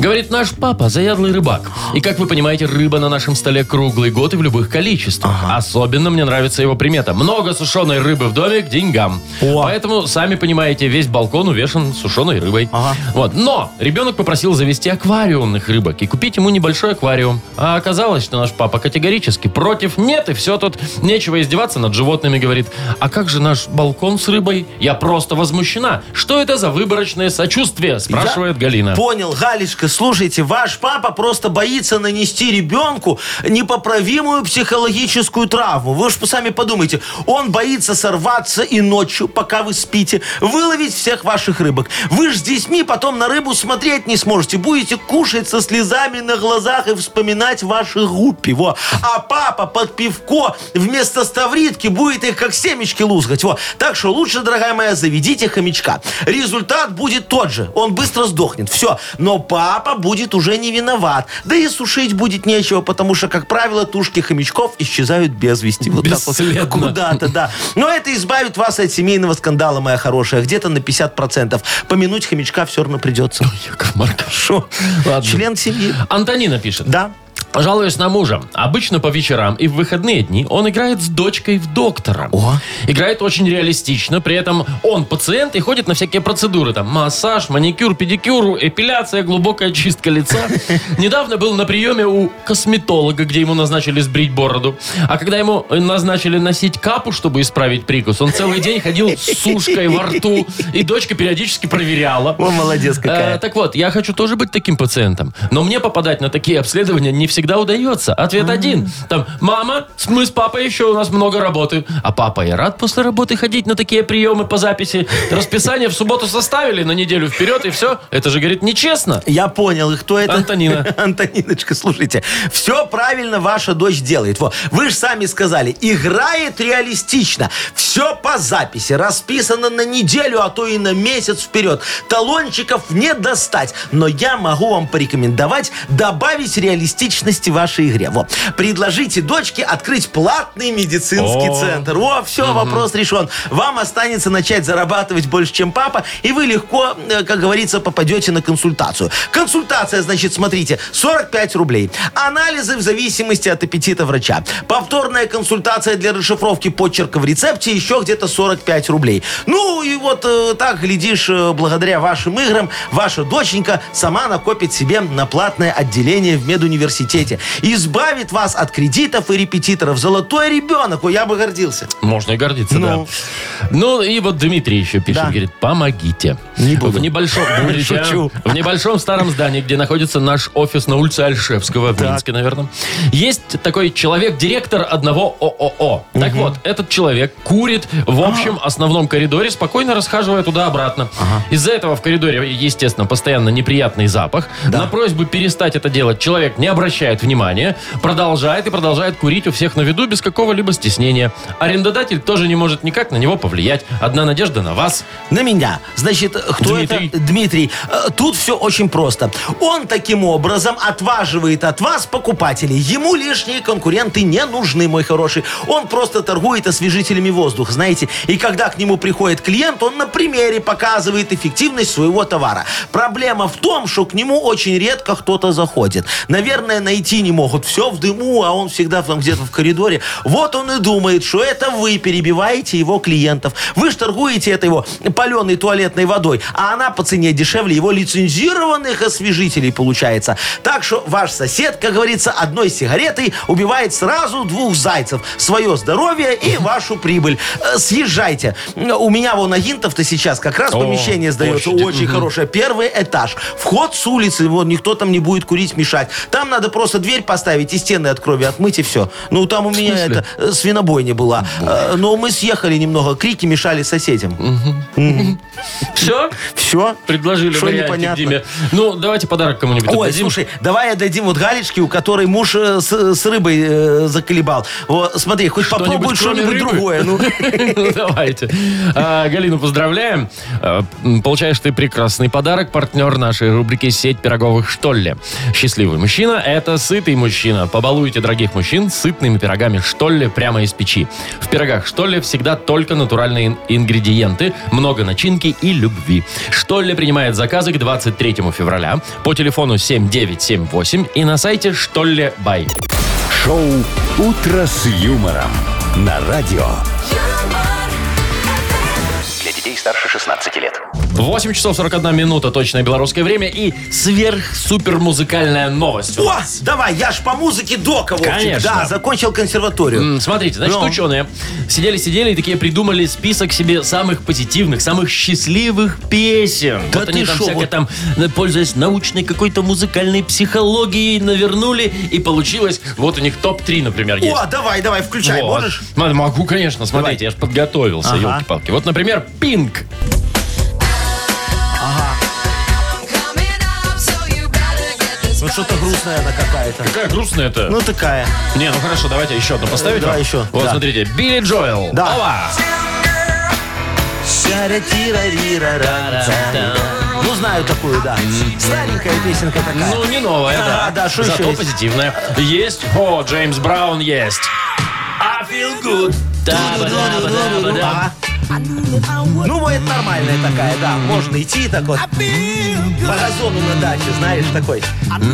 [SPEAKER 2] Говорит, наш папа заядлый рыбак. И, как вы понимаете, рыба на нашем столе круглый год и в любых количествах. Особенно мне нравится его примета. Много сушеной рыбы в доме к деньгам.
[SPEAKER 3] О.
[SPEAKER 2] Поэтому, сами понимаете, весь балкон увешан сушеной рыбой.
[SPEAKER 3] Ага.
[SPEAKER 2] Вот. Но ребенок попросил завести аквариумных рыбок и купить ему небольшой аквариум. А оказалось, что наш папа категорически против. Нет, и все тут. Нечего издеваться над животными, говорит. А как же наш балкон с рыбой? Я просто возмущена. Что это за выборочное сочувствие? Спрашивает
[SPEAKER 3] Я
[SPEAKER 2] Галина.
[SPEAKER 3] Понял, Галечка, слушайте, ваш папа просто боится нанести ребенку непоправимую психологическую травму. Вы уж сами подумайте, он боится сорваться и ночью, пока вы спите, выловить всех ваших рыбок. Вы же с детьми потом на рыбу смотреть не сможете, будете кушать со слезами на глазах и вспоминать ваши гуппи. Во. А папа под пивко вместо ставритки будет их как семечки лузгать. Во. Так что лучше, дорогая моя, заведите хомячка. Результат будет тот же. Он быстро сдохнет. Все. Но папа будет уже не виноват. Да и сушить будет нечего, потому что, как правило, тушки хомячков исчезают без вести. Вот так вот.
[SPEAKER 2] Бесследно.
[SPEAKER 3] Куда-то, да. Но это избавит вас от семейного скандала, моя хорошая. Где-то на 50%. Помянуть хомячка все равно придется.
[SPEAKER 2] Яков Маркович.
[SPEAKER 3] Шо?
[SPEAKER 2] Ладно.
[SPEAKER 3] Член семьи.
[SPEAKER 2] Антонина пишет.
[SPEAKER 3] Да.
[SPEAKER 2] Жалуюсь на мужа. Обычно по вечерам и в выходные дни он играет с дочкой в доктора.
[SPEAKER 3] О.
[SPEAKER 2] Играет очень реалистично, при этом он пациент и ходит на всякие процедуры. Там массаж, маникюр, педикюр, эпиляция, глубокая чистка лица. Недавно был на приеме у косметолога, где ему назначили сбрить бороду. А когда ему назначили носить капу, чтобы исправить прикус, он целый день ходил с сушкой во рту. И дочка периодически проверяла.
[SPEAKER 3] О, молодец какая.
[SPEAKER 2] Э, так вот, я хочу тоже быть таким пациентом, но мне попадать на такие обследования не всегда удается. Ответ один. Там, мама, с- мы с папой еще у нас много работы. А папа и рад после работы ходить на такие приемы по записи. Расписание в субботу составили на неделю вперед, и все. Это же, говорит, нечестно.
[SPEAKER 3] Я понял, и кто это?
[SPEAKER 2] Антонина.
[SPEAKER 3] Антониночка, слушайте, все правильно ваша дочь делает. Во, вы же сами сказали, играет реалистично. Все по записи, расписано на неделю, а то и на месяц вперед. Талончиков не достать, но я могу вам порекомендовать добавить реалистичности вашей игре. Во, предложите дочке открыть платный медицинский
[SPEAKER 2] О.
[SPEAKER 3] центр. Во, все, вопрос решен. Вам останется начать зарабатывать больше, чем папа, и вы легко, э, как говорится, попадете на консультацию. Консультация, значит, смотрите, 45 рублей. Анализы в зависимости от аппетита врача. Повторная консультация для расшифровки почерка в рецепте еще где-то 45 рублей. Ну и вот э, так, глядишь, э, благодаря вашим играм, ваша доченька сама накопит себе на платное отделение в медуниверситете. Избавит вас от кредитов и репетиторов. Золотой ребенок, Ой, я бы гордился.
[SPEAKER 2] Можно и гордиться,
[SPEAKER 3] Ну.
[SPEAKER 2] да. Ну, и вот Дмитрий еще пишет,
[SPEAKER 3] Да.
[SPEAKER 2] говорит, помогите. В небольшом, будете, а?
[SPEAKER 3] Шучу.
[SPEAKER 2] в небольшом старом здании, где находится наш офис на улице Альшевского, в Минске, наверное, есть такой человек-директор одного ООО. Так вот, этот человек курит в общем
[SPEAKER 3] А.
[SPEAKER 2] основном коридоре, спокойно расхаживая туда-обратно. Из-за этого в коридоре, естественно, постоянно неприятный запах. На просьбу перестать это делать человек не обращает внимания, продолжает и продолжает курить у всех на виду без какого-либо стеснения. Арендодатель тоже не может никак на него повлиять. Одна надежда на вас.
[SPEAKER 3] На меня. Значит, кто
[SPEAKER 2] Дмитрий.
[SPEAKER 3] это? Дмитрий. Э, Тут все очень просто. Он таким образом отваживает от вас покупателей. Ему лишние конкуренты не нужны, мой хороший. Он просто торгует освежителями воздуха, знаете. И когда к нему приходит клиент, он на примере показывает эффективность своего товара. Проблема в том, что к нему очень редко кто-то заходит. Наверное, найти не могут. Все в дыму, а он всегда там где-то в коридоре. Вот он и думает, что это вы перебиваете его клиентов. Вы ж торгуете это его паленой туалетной водой, а она по цене дешевле его лицензированных освежителей получается. Так что ваш сосед, как говорится, одной сигаретой убивает сразу двух зайцев. Свое здоровье и вашу прибыль. Э, Съезжайте. М, У меня вон агентов-то сейчас как раз
[SPEAKER 2] О,
[SPEAKER 3] помещение сдается.
[SPEAKER 2] площади.
[SPEAKER 3] Очень хорошее. Первый этаж. Вход с улицы. Вот никто там не будет курить, мешать. Там надо просто дверь поставить и стены от крови отмыть и все. Ну там у меня
[SPEAKER 2] смысле?
[SPEAKER 3] это э, свинобойня была. Э, Но мы съехали немного. Крики мешали соседям.
[SPEAKER 2] Все?
[SPEAKER 3] Все?
[SPEAKER 2] Предложили
[SPEAKER 3] Что
[SPEAKER 2] вариантик
[SPEAKER 3] непонятно?
[SPEAKER 2] Диме. Ну, давайте подарок кому-нибудь
[SPEAKER 3] Ой,
[SPEAKER 2] отдадим.
[SPEAKER 3] слушай, давай отдадим вот Галечке, у которой муж э, с, с рыбой э, заколебал. Вот, смотри, хоть
[SPEAKER 2] Что-нибудь,
[SPEAKER 3] попробуй
[SPEAKER 2] кроме
[SPEAKER 3] что-нибудь
[SPEAKER 2] рыбы?
[SPEAKER 3] другое. Ну,
[SPEAKER 2] Ну, Давайте. А, Галину поздравляем. А, м, Получаешь ты прекрасный подарок. Партнер нашей рубрики «Сеть пироговых Штолле». Счастливый мужчина – это сытый мужчина. Побалуйте дорогих мужчин сытными пирогами Штолле прямо из печи. В пирогах Штолле всегда только натуральные ин- ингредиенты, много начинки и любви. Штолле принимает заказы к 23 февраля по телефону 7978 и на сайте Штолле Бай.
[SPEAKER 1] Шоу «Утро с юмором» на радио.
[SPEAKER 8] юмор,
[SPEAKER 7] Для детей старше 16 лет.
[SPEAKER 2] 8 часов 41 минута, точное белорусское время, и сверх-супер музыкальная новость.
[SPEAKER 3] О, давай, я ж по музыке дока, Вовчик.
[SPEAKER 2] Конечно.
[SPEAKER 3] Да, закончил консерваторию.
[SPEAKER 2] М, Смотрите, значит,
[SPEAKER 3] Ну.
[SPEAKER 2] ученые сидели-сидели и такие придумали список себе самых позитивных, самых счастливых песен.
[SPEAKER 3] Да
[SPEAKER 2] вот
[SPEAKER 3] ты
[SPEAKER 2] они там
[SPEAKER 3] шо,
[SPEAKER 2] всякое
[SPEAKER 3] вот-
[SPEAKER 2] там, э, пользуясь научной какой-то музыкальной психологией, навернули, и получилось, вот у них топ-3, например, есть.
[SPEAKER 3] О, давай, давай, включай,
[SPEAKER 2] Вот.
[SPEAKER 3] можешь?
[SPEAKER 2] М- Могу, конечно, смотрите, я же подготовился,
[SPEAKER 3] Ага.
[SPEAKER 2] елки-палки. Вот, например, Пинк.
[SPEAKER 8] I'm coming up, so you better get this
[SPEAKER 3] Ну, что-то грустная она какая-то.
[SPEAKER 2] Какая грустная это.
[SPEAKER 3] Ну, такая.
[SPEAKER 2] Не, ну хорошо, давайте еще одну поставить.
[SPEAKER 3] Давай
[SPEAKER 2] вам.
[SPEAKER 3] еще,
[SPEAKER 2] Вот,
[SPEAKER 3] да.
[SPEAKER 2] смотрите, Билли Джоэл.
[SPEAKER 3] Да.
[SPEAKER 2] Ова.
[SPEAKER 3] Ша-ра-ти-ра-ри-ра-ра-ра. Ну, знаю такую, да. Старенькая песенка такая.
[SPEAKER 2] Ну, не новая, да.
[SPEAKER 3] А, Да, да, шо еще
[SPEAKER 2] Зато
[SPEAKER 3] есть?
[SPEAKER 2] позитивная. Есть. О, Джеймс Браун есть. I feel good. Да-ба-да-ба-да-ба-да.
[SPEAKER 3] Ага. А? Ну, вот это нормальная такая, да. Можно идти так вот. По газону на даче, знаешь, такой.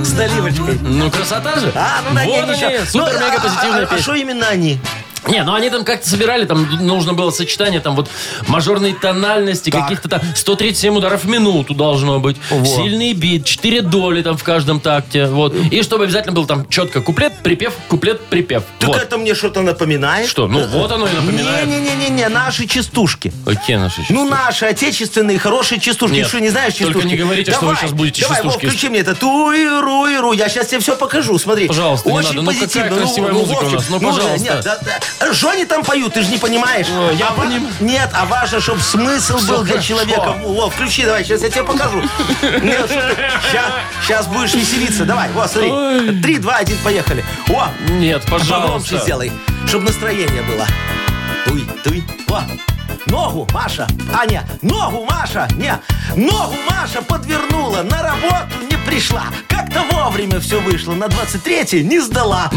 [SPEAKER 3] С наливочкой.
[SPEAKER 2] Ну, красота же.
[SPEAKER 3] А, ну на ней
[SPEAKER 2] вот
[SPEAKER 3] ничего.
[SPEAKER 2] они,
[SPEAKER 3] Ну, а-
[SPEAKER 2] супер-мега-позитивная
[SPEAKER 3] а- А
[SPEAKER 2] песня.
[SPEAKER 3] что именно они?
[SPEAKER 2] Не, ну они там как-то собирали, там нужно было сочетание там вот мажорной тональности, каких-то там 137 ударов в минуту должно быть, сильный бит, 4 доли там в каждом такте, вот. И чтобы обязательно был там четко куплет, припев, куплет, припев.
[SPEAKER 3] Так
[SPEAKER 2] вот.
[SPEAKER 3] это мне что-то напоминает.
[SPEAKER 2] Что, ну вот оно и напоминает.
[SPEAKER 3] Не-не-не-не, наши частушки.
[SPEAKER 2] Какие наши щас-
[SPEAKER 3] Ну, наши отечественные хорошие частушки.
[SPEAKER 2] Нет,
[SPEAKER 3] Ты что, не знаешь
[SPEAKER 2] только
[SPEAKER 3] частушки?
[SPEAKER 2] не говорите, что вы щас будете
[SPEAKER 3] давай, Вов,
[SPEAKER 2] частушки.
[SPEAKER 3] включи мне это. Туиру-иру. Я сейчас тебе все покажу, смотри.
[SPEAKER 2] Пожалуйста, не
[SPEAKER 3] Очень
[SPEAKER 2] надо. Ну, какая
[SPEAKER 3] позитивно.
[SPEAKER 2] красивая музыка у нас. Ну,
[SPEAKER 3] же,
[SPEAKER 2] пожалуйста.
[SPEAKER 3] Нет, да, да. Что они там поют, ты же не понимаешь.
[SPEAKER 2] О, я
[SPEAKER 3] А ва-
[SPEAKER 2] поним-
[SPEAKER 3] Нет, а важно, чтобы смысл
[SPEAKER 2] Всё
[SPEAKER 3] был для
[SPEAKER 2] хорошо.
[SPEAKER 3] человека. Во, включи, давай, сейчас я тебе покажу. Сейчас будешь веселиться. Давай, вот, смотри. Три, два, один, поехали. О,
[SPEAKER 2] Нет,
[SPEAKER 3] Погромче
[SPEAKER 2] пожалуйста.
[SPEAKER 3] сделай, чтобы настроение было. Туй, туй, о. Ногу, Маша. А, не, ногу, Маша, не. Ногу Маша подвернула, на работу не пришла. Как-то вовремя все вышло, на 23-е не сдала.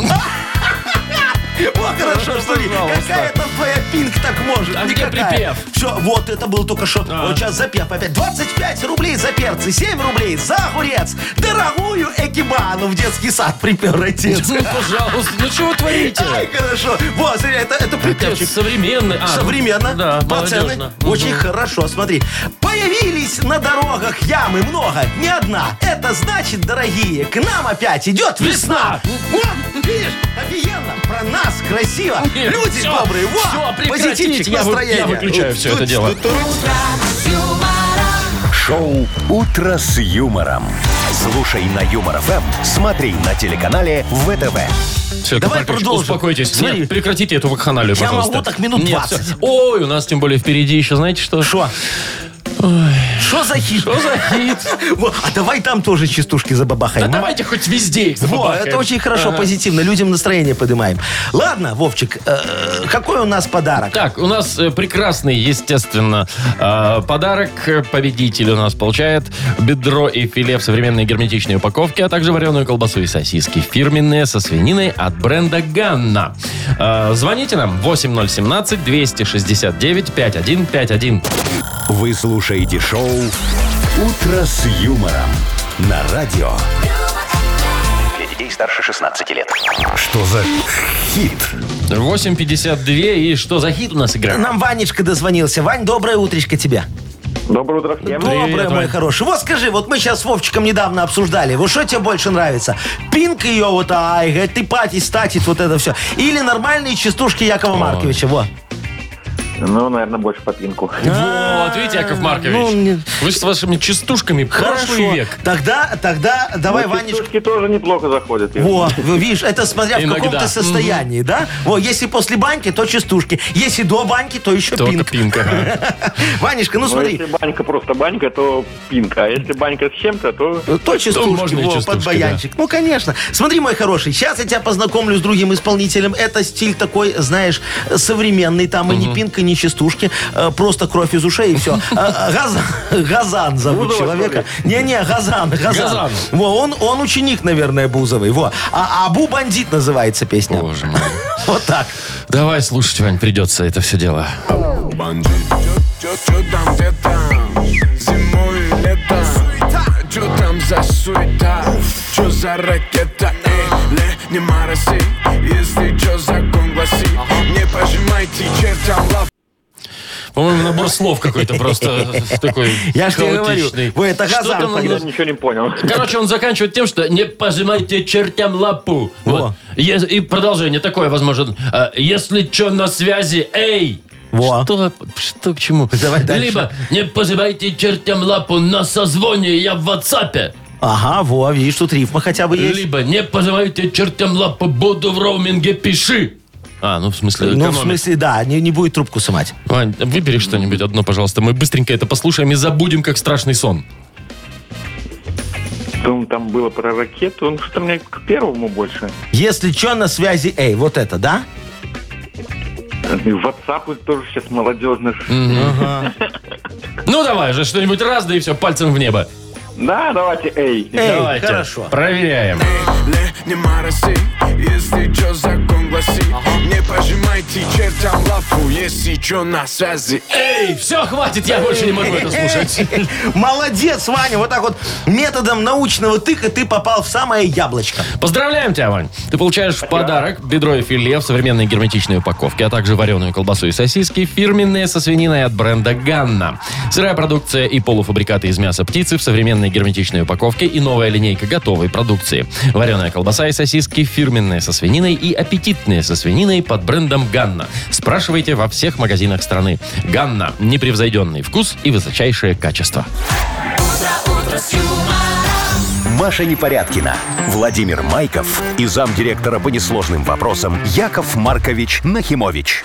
[SPEAKER 3] Вот хорошо, что ли.
[SPEAKER 2] пожалуйста.
[SPEAKER 3] Какая там твоя пинг так может?
[SPEAKER 2] А где припев?
[SPEAKER 3] Все, вот это был только что.
[SPEAKER 2] А.
[SPEAKER 3] Вот сейчас запев опять. 25 рублей за перцы, 7 рублей за огурец. Дорогую экибану в детский сад припер отец.
[SPEAKER 2] Ну, пожалуйста, ну чего вы творите?
[SPEAKER 3] Ай, хорошо. Вот, смотри, это, это
[SPEAKER 2] Это
[SPEAKER 3] припевчик.
[SPEAKER 2] современный. а, ну,
[SPEAKER 3] Современно,
[SPEAKER 2] Да,
[SPEAKER 3] пацаны,
[SPEAKER 2] молодежно. Ну,
[SPEAKER 3] очень хорошо, смотри. Появились на дорогах ямы много, не одна. Это значит, дорогие, к нам опять идет весна. Вот, видишь, офигенно, про нас красиво.
[SPEAKER 2] Нет,
[SPEAKER 3] Люди
[SPEAKER 2] всё,
[SPEAKER 3] добрые, вот,
[SPEAKER 2] всё, прекратите,
[SPEAKER 3] позитивчик,
[SPEAKER 2] я вы-
[SPEAKER 3] настроение.
[SPEAKER 2] я выключаю всё это дело.
[SPEAKER 1] Шоу «Утро с юмором». Слушай на Юмор ФМ, смотри на телеканале ВТВ.
[SPEAKER 2] Всё,
[SPEAKER 3] Давай
[SPEAKER 2] Маркович,
[SPEAKER 3] продолжим.
[SPEAKER 2] Успокойтесь.
[SPEAKER 3] Смотри.
[SPEAKER 2] Нет, прекратите эту вакханалию,
[SPEAKER 3] Я
[SPEAKER 2] пожалуйста.
[SPEAKER 3] могу так минут
[SPEAKER 2] Нет,
[SPEAKER 3] 20.
[SPEAKER 2] всё. Ой, у нас тем более впереди еще, знаете что?
[SPEAKER 3] Что? Что за хит?
[SPEAKER 2] Что за хит?
[SPEAKER 3] Во, А давай там тоже частушки
[SPEAKER 2] Да
[SPEAKER 3] забабахаем. а?
[SPEAKER 2] давайте хоть везде их
[SPEAKER 3] Во,
[SPEAKER 2] забабахаем.
[SPEAKER 3] это очень хорошо,
[SPEAKER 2] Ага.
[SPEAKER 3] позитивно. Людям настроение поднимаем. Ладно, Вовчик, э, какой у нас подарок?
[SPEAKER 2] Так, у нас э, прекрасный, естественно, э, подарок. Победитель у нас получает бедро и филе в современной герметичной упаковке, а также вареную колбасу и сосиски фирменные со свининой от бренда «Ганна». Э, Звоните нам 8017-269-5151.
[SPEAKER 1] Вы слушаете шоу «Утро с юмором» на радио.
[SPEAKER 7] Для детей старше 16 лет.
[SPEAKER 1] Что за хит?
[SPEAKER 2] 8.52. И что за хит у нас игра?
[SPEAKER 3] Нам Ванечка дозвонился. Вань, доброе утречко тебе.
[SPEAKER 6] Доброе утро всем.
[SPEAKER 3] Доброе,
[SPEAKER 2] Привет,
[SPEAKER 3] мой
[SPEAKER 2] Вань.
[SPEAKER 3] хороший. Вот скажи, вот мы сейчас с Вовчиком недавно обсуждали. Вот что тебе больше нравится? Пинк ее вот, ай, говорит, ты пати, статит, вот это все. Или нормальные частушки Якова Марковича, во.
[SPEAKER 9] Ну, наверное, больше по пинку.
[SPEAKER 2] Вот, видите, Яков
[SPEAKER 3] ну, не-
[SPEAKER 2] Маркович. Вы с вашими частушками прошлый век.
[SPEAKER 3] Тогда, тогда давай,
[SPEAKER 9] Ну,
[SPEAKER 3] Ванечка.
[SPEAKER 9] петушки тоже неплохо заходят. я
[SPEAKER 3] Во, вы видишь, это смотря в
[SPEAKER 2] Иногда.
[SPEAKER 3] каком-то состоянии, да? Во, если после баньки, то частушки. Если до баньки, то еще
[SPEAKER 2] Только
[SPEAKER 3] пинг.
[SPEAKER 2] пинг, ага.
[SPEAKER 3] Ванечка, ну
[SPEAKER 9] Но если
[SPEAKER 3] смотри.
[SPEAKER 9] банька просто банька, то пинка. А если банька с чем-то, то...
[SPEAKER 3] То частушки,
[SPEAKER 2] можно и
[SPEAKER 3] во,
[SPEAKER 2] частушки,
[SPEAKER 3] под баянчик. Ну, конечно. Смотри, мой хороший, сейчас я тебя познакомлю с другим исполнителем. Это стиль такой, знаешь, современный. Там и не пинка, не частушки. Э, Просто кровь из ушей и все. Газан зовут
[SPEAKER 9] Бузова,
[SPEAKER 3] человека. Не-не, Газан.
[SPEAKER 2] Газан.
[SPEAKER 3] Газан. Во, он, он ученик, наверное, Бузовой. Во. А Абу Бандит называется песня.
[SPEAKER 2] Боже мой.
[SPEAKER 3] Вот так.
[SPEAKER 2] Давай слушать, Вань, придется это все дело.
[SPEAKER 10] Чё, чё там, где там? Зимой и летом Чё там за суета? Чё за ракета? Эй, ле, не мороси Если чё, закон гласит Не пожимайте чертям лав
[SPEAKER 2] По-моему, набор слов какой-то просто такой
[SPEAKER 3] Я ж тебе говорю.
[SPEAKER 2] хаотичный.
[SPEAKER 3] Вы это
[SPEAKER 2] Что
[SPEAKER 3] Газан
[SPEAKER 2] там он-
[SPEAKER 9] Я ничего не понял.
[SPEAKER 2] Короче, он заканчивает тем, что не пожимайте чертям лапу. Вот. Е- И продолжение такое, возможно. а, Если чё на связи, эй!
[SPEAKER 3] Во.
[SPEAKER 2] Что, что к чему?
[SPEAKER 3] Давай дальше.
[SPEAKER 2] Либо не пожимайте чертям лапу на созвоне, я в WhatsApp.
[SPEAKER 3] Ага, во, видишь, тут рифма хотя бы есть.
[SPEAKER 2] Либо не пожимайте чертям лапу, буду в роуминге, пиши. А, ну в смысле,
[SPEAKER 3] Ну, в
[SPEAKER 2] экономит.
[SPEAKER 3] смысле, да, не, не будет трубку сымать.
[SPEAKER 2] Вань, выбери что-нибудь одно, пожалуйста. Мы быстренько это послушаем и забудем, как страшный сон.
[SPEAKER 9] Там, там было про ракету, ну что-то мне к первому больше.
[SPEAKER 3] Если что, на связи, эй, вот это, да?
[SPEAKER 9] И WhatsApp тоже сейчас молодежный.
[SPEAKER 2] Ну давай же, что-нибудь раз, да и все, пальцем в небо.
[SPEAKER 9] Да, давайте, эй.
[SPEAKER 3] Эй,
[SPEAKER 2] Давайте.
[SPEAKER 3] хорошо.
[SPEAKER 2] Проверяем.
[SPEAKER 10] Ле, не мороси Если чё, закон гласит Не пожимайте чертям лавку Если чё, на связи
[SPEAKER 2] Эй, все, хватит, я больше не могу это слушать.
[SPEAKER 3] Молодец, Ваня, вот так вот методом научного тыка ты попал в самое яблочко.
[SPEAKER 2] Поздравляем тебя, Вань. Ты получаешь в подарок бедро и филе в современной герметичной упаковке, а также вареную колбасу и сосиски, фирменные со свининой от бренда «Ганна». Сырая продукция и полуфабрикаты из мяса птицы в современной герметичной упаковке и новая линейка готовой продукции. Вареная колбаса и сосиски, фирменные со свининой и аппетитные со свининой под брендом «Ганна». Спрашивайте во всех магазинах страны. «Ганна» – непревзойденный вкус и высочайшее качество.
[SPEAKER 1] Маша Непорядкина, Владимир Майков и замдиректора по несложным вопросам Яков Маркович Нахимович.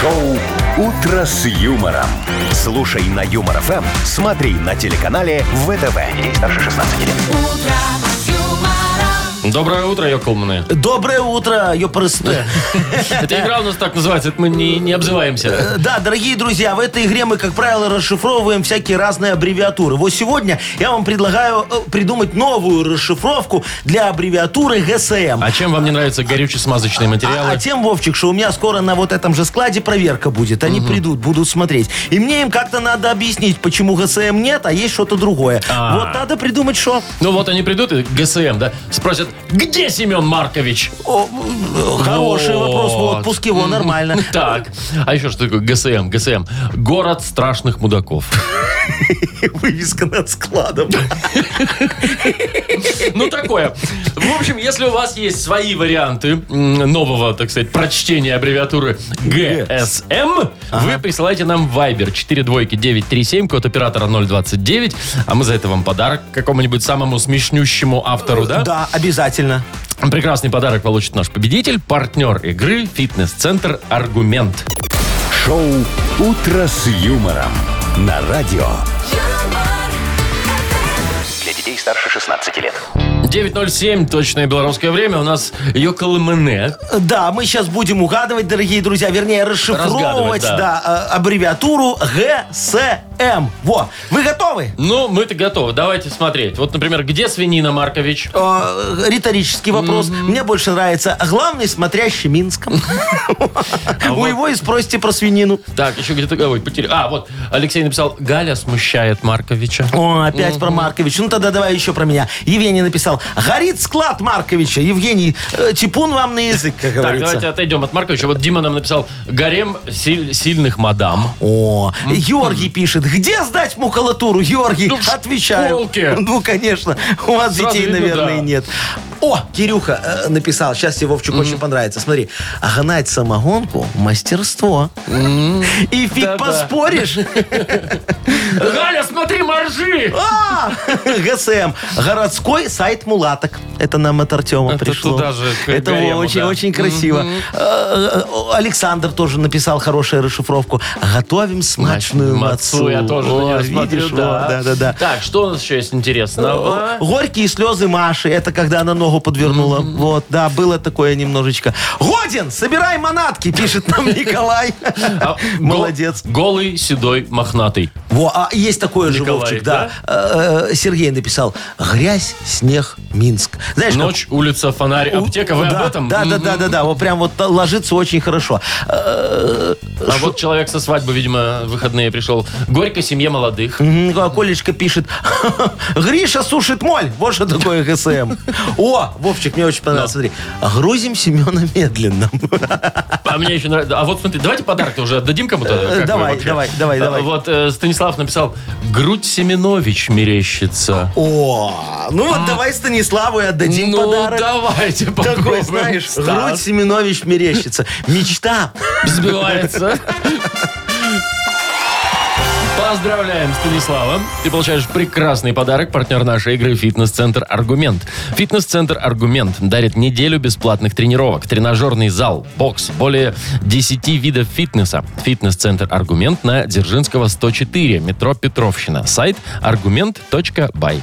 [SPEAKER 1] Шоу «Утро с юмором». Слушай на Юмор ФМ, смотри на телеканале ВТВ. Здесь старше 16 лет.
[SPEAKER 2] Доброе утро, Йоколманы.
[SPEAKER 3] Доброе утро, ёпрсте.
[SPEAKER 2] Эта игра у нас так называется, это мы не, не обзываемся.
[SPEAKER 3] Э, Да, дорогие друзья, в этой игре мы, как правило, расшифровываем всякие разные аббревиатуры. Вот сегодня я вам предлагаю э, придумать новую расшифровку для аббревиатуры ГСМ.
[SPEAKER 2] А чем вам не нравятся горюче-смазочные
[SPEAKER 3] А,
[SPEAKER 2] материалы?
[SPEAKER 3] а тем, Вовчик, что у меня скоро на вот этом же складе проверка будет. Они придут, будут смотреть. И мне им как-то надо объяснить, почему ГСМ нет, а есть что-то другое.
[SPEAKER 2] А.
[SPEAKER 3] Вот надо придумать, что...
[SPEAKER 2] Ну вот они придут, и ГСМ, да, спросят, где Семен Маркович?
[SPEAKER 3] О, м, э, хороший
[SPEAKER 2] Вот.
[SPEAKER 3] вопрос в отпуске, его нормально.
[SPEAKER 2] Так, а еще что такое ГСМ? ГСМ. Город страшных мудаков.
[SPEAKER 3] Вывеска над складом.
[SPEAKER 2] Ну, такое. В общем, если у вас есть свои варианты м, нового, так сказать, прочтения аббревиатуры ГСМ, вы присылайте нам в Viber 42937, код оператора 029, а мы за это вам подарок какому-нибудь самому смешнющему автору, Ну да?
[SPEAKER 3] Да, обязательно.
[SPEAKER 2] Прекрасный подарок получит наш победитель, партнер игры, фитнес-центр «Аргумент».
[SPEAKER 1] Шоу «Утро с юмором» на радио.
[SPEAKER 7] Для детей старше 16 лет.
[SPEAKER 2] 9.07, точное белорусское время, у нас Йоколэмэне.
[SPEAKER 3] Да, мы сейчас будем угадывать, дорогие друзья, вернее,
[SPEAKER 2] Разгадывать,
[SPEAKER 3] расшифровывать
[SPEAKER 2] да.
[SPEAKER 3] да, э, аббревиатуру ГСМ. Во, вы готовы?
[SPEAKER 2] Ну, мы-то готовы, давайте смотреть. Вот, например, где свинина, Маркович?
[SPEAKER 3] Э, Риторический вопрос. Мне больше нравится главный смотрящий Минском. У
[SPEAKER 2] А вот-
[SPEAKER 3] его и спросите про свинину.
[SPEAKER 2] Так, еще где-то... Ой, потерял. А, вот, Алексей написал, Галя смущает Марковича.
[SPEAKER 3] О, опять про Марковича. Ну тогда давай еще про меня. Евгений написал. Горит склад Марковича. Евгений, э, типун вам на язык, как
[SPEAKER 2] Так,
[SPEAKER 3] говорится.
[SPEAKER 2] давайте отойдем от Марковича. Вот Дима нам написал, гарем силь- сильных мадам.
[SPEAKER 3] О, Георгий пишет, Где сдать макулатуру, Георгий?
[SPEAKER 2] Ну, в
[SPEAKER 3] Отвечаю.
[SPEAKER 2] школке.
[SPEAKER 3] Ну, конечно. У вас
[SPEAKER 2] Сразу
[SPEAKER 3] детей,
[SPEAKER 2] видно,
[SPEAKER 3] наверное,
[SPEAKER 2] да.
[SPEAKER 3] нет. О, Кирюха э, написал. Сейчас тебе, Вовчик, очень понравится. Смотри. А гнать самогонку – мастерство. И фиг
[SPEAKER 2] Да-да.
[SPEAKER 3] поспоришь.
[SPEAKER 2] Галя, смотри, моржи!
[SPEAKER 3] А! ГСМ. Городской сайт мулаток. Это нам от Артема
[SPEAKER 2] Это
[SPEAKER 3] пришло.
[SPEAKER 2] туда же, к
[SPEAKER 3] Это
[SPEAKER 2] Гарему, да.
[SPEAKER 3] очень-очень красиво. Э, э, Александр тоже написал хорошую расшифровку. Готовим смачную мацу.
[SPEAKER 2] я тоже на
[SPEAKER 3] О,
[SPEAKER 2] неё смотрю,
[SPEAKER 3] Видишь, да, да, да.
[SPEAKER 2] Так, что у нас еще есть интересного?
[SPEAKER 3] Горькие слезы Маши. Это когда она ногу подвернула. Вот, да, было такое немножечко. Годен, собирай манатки, пишет нам Николай.
[SPEAKER 2] А, гол-
[SPEAKER 3] Молодец.
[SPEAKER 2] Голый, седой, мохнатый.
[SPEAKER 3] Во, а есть такое же,
[SPEAKER 2] Николай,
[SPEAKER 3] Вовчик, да. Э, э, Сергей написал «Грязь, снег, Минск». Знаешь, как-
[SPEAKER 2] Ночь, улица, фонарь,
[SPEAKER 3] Э, У-
[SPEAKER 2] аптека. Вы
[SPEAKER 3] да,
[SPEAKER 2] об этом?
[SPEAKER 3] Да, да,
[SPEAKER 2] М-м.
[SPEAKER 3] да, да, да. Вот прям вот ложится очень хорошо. Э,
[SPEAKER 2] А вот человек со свадьбы, видимо, в выходные пришел. Горько семье молодых.
[SPEAKER 3] м, а Колечка пишет, Гриша сушит моль. Вот что такое ГСМ. О, Вовчик, мне очень понравилось. Смотри, грузим Семена медленно.
[SPEAKER 2] А мне еще нравится. А вот смотри, давайте подарок уже отдадим кому-то. Как вы
[SPEAKER 3] Э, давай,
[SPEAKER 2] вообще?
[SPEAKER 3] давай, давай,
[SPEAKER 2] А,
[SPEAKER 3] давай.
[SPEAKER 2] Вот э, Станислав написал, грудь Семенович мерещится.
[SPEAKER 3] О, ну вот давай Станиславу и отдадим
[SPEAKER 2] ну,
[SPEAKER 3] подарок.
[SPEAKER 2] давайте попробуем.
[SPEAKER 3] Такой, знаешь, грудь
[SPEAKER 2] Стас
[SPEAKER 3] Семенович мерещится. Мечта.
[SPEAKER 2] сбивается. Поздравляем, Станислава. Ты получаешь прекрасный подарок. Партнер нашей игры «Фитнес-центр Аргумент». «Фитнес-центр Аргумент» дарит неделю бесплатных тренировок, тренажерный зал, бокс, более 10 видов фитнеса. «Фитнес-центр Аргумент» на Дзержинского, 104, метро Петровщина. Сайт argument.by.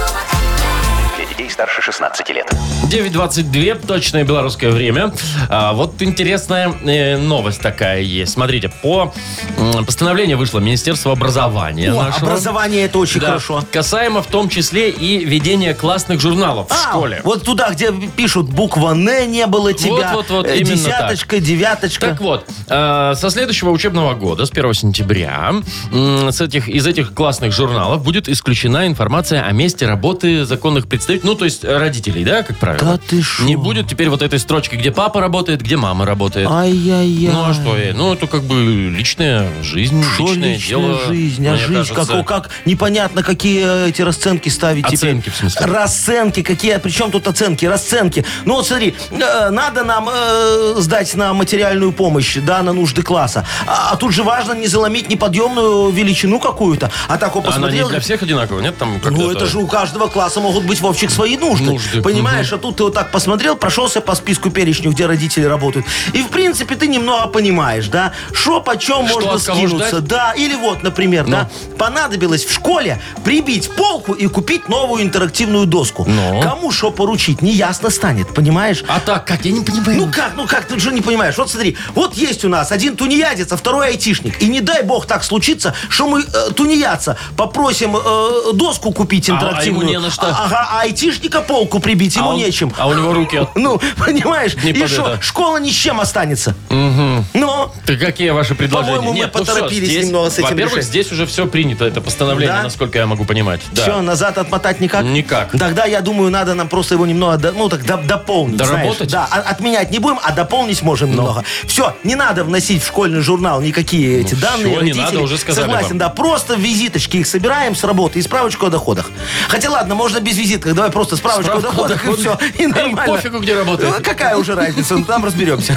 [SPEAKER 7] Для детей старше 16 лет.
[SPEAKER 2] 9.22, точное белорусское время. А, вот интересная э, новость такая есть. Смотрите, по м, постановлению вышло Министерство образования
[SPEAKER 3] О,
[SPEAKER 2] нашего.
[SPEAKER 3] образование это очень
[SPEAKER 2] Да.
[SPEAKER 3] хорошо.
[SPEAKER 2] Касаемо в том числе и ведения классных журналов в
[SPEAKER 3] А,
[SPEAKER 2] школе.
[SPEAKER 3] Вот туда, где пишут буква Н не было тебя.
[SPEAKER 2] Вот, вот, вот,
[SPEAKER 3] э,
[SPEAKER 2] именно
[SPEAKER 3] Десяточка, девяточка.
[SPEAKER 2] Так вот, э, со следующего учебного года, с 1 сентября, м, с этих, из этих классных журналов будет исключена информация о месте работы законных представителей, ну, то есть э, родителей, да, как правило?
[SPEAKER 3] Да ты шо?
[SPEAKER 2] Не будет теперь вот этой строчки, где папа работает, где мама работает.
[SPEAKER 3] Ай-яй-яй.
[SPEAKER 2] Ну а что, э, ну это как бы личная жизнь,
[SPEAKER 3] Шо
[SPEAKER 2] личное
[SPEAKER 3] личная
[SPEAKER 2] дело.
[SPEAKER 3] жизнь, а
[SPEAKER 2] мне
[SPEAKER 3] жизнь, как,
[SPEAKER 2] кажется.
[SPEAKER 3] о, как непонятно, какие э, эти расценки ставить
[SPEAKER 2] Оценки,
[SPEAKER 3] теперь.
[SPEAKER 2] в смысле?
[SPEAKER 3] Расценки, какие, причем тут оценки, расценки. Ну вот смотри, э, надо нам э, сдать на материальную помощь, да, на нужды класса. А, а тут же важно не заломить неподъемную величину какую-то. А так вот
[SPEAKER 2] Она не
[SPEAKER 3] посмотрел,
[SPEAKER 2] для всех одинакова, нет? Там как-то
[SPEAKER 3] Ну, это же у каждого класса могут быть, Вовчик, свои нужды.
[SPEAKER 2] Нужды,
[SPEAKER 3] Понимаешь, а тут ты вот так посмотрел, прошелся по списку перечню, где родители работают. И, в принципе, ты немного понимаешь, да, что почем
[SPEAKER 2] Что,
[SPEAKER 3] можно
[SPEAKER 2] от кого
[SPEAKER 3] скинуться.
[SPEAKER 2] ждать? Ну.
[SPEAKER 3] Да, или вот, например, да, понадобилось в школе прибить полку и купить новую интерактивную доску.
[SPEAKER 2] Ну?
[SPEAKER 3] Кому что поручить, неясно станет, понимаешь?
[SPEAKER 2] А так как? Я не понимаю. А
[SPEAKER 3] Ну как, ну как, ты же не понимаешь. Вот смотри, вот есть у нас один тунеядец, а второй айтишник. И не дай бог так случится, что мы э, тунеядца попросим э, доску купить
[SPEAKER 2] А- а
[SPEAKER 3] интерактивную.
[SPEAKER 2] ему не на что.
[SPEAKER 3] А- Ага, а айтишника полку прибить,
[SPEAKER 2] а
[SPEAKER 3] ему
[SPEAKER 2] он-
[SPEAKER 3] нечем.
[SPEAKER 2] А у него руки от...
[SPEAKER 3] Ну, понимаешь,
[SPEAKER 2] Не
[SPEAKER 3] и
[SPEAKER 2] под
[SPEAKER 3] что,
[SPEAKER 2] это.
[SPEAKER 3] школа ни с чем останется. Ну,
[SPEAKER 2] Так какие ваши предложения?
[SPEAKER 3] По-моему, мы
[SPEAKER 2] Нет, ну всё,
[SPEAKER 3] поторопились
[SPEAKER 2] здесь-
[SPEAKER 3] немного с этим
[SPEAKER 2] Во-первых,
[SPEAKER 3] решением.
[SPEAKER 2] здесь уже все принято, это постановление,
[SPEAKER 3] Да?
[SPEAKER 2] насколько я могу понимать. Да.
[SPEAKER 3] все, назад отмотать никак?
[SPEAKER 2] Никак.
[SPEAKER 3] Тогда, я думаю, надо нам просто его немного, до- ну, так до- дополнить.
[SPEAKER 2] Доработать? Ну.
[SPEAKER 3] знаешь. Да, а- отменять не будем, а дополнить можем немного. Все, не надо вносить в школьный журнал никакие эти данные.
[SPEAKER 2] Ну, всё, не
[SPEAKER 3] родителей.
[SPEAKER 2] надо, уже сказали
[SPEAKER 3] Согласен,
[SPEAKER 2] вам.
[SPEAKER 3] да, просто визиточки их собираем с работы и справочку о доходах. Хотя, ладно, можно без визиток, давай просто справочку
[SPEAKER 2] Справку
[SPEAKER 3] о доходах,
[SPEAKER 2] о доходах.
[SPEAKER 3] и все.
[SPEAKER 2] Эй,
[SPEAKER 3] И нормально.
[SPEAKER 2] пофигу, где работает.
[SPEAKER 3] Ну, какая уже разница, ну, там разберемся.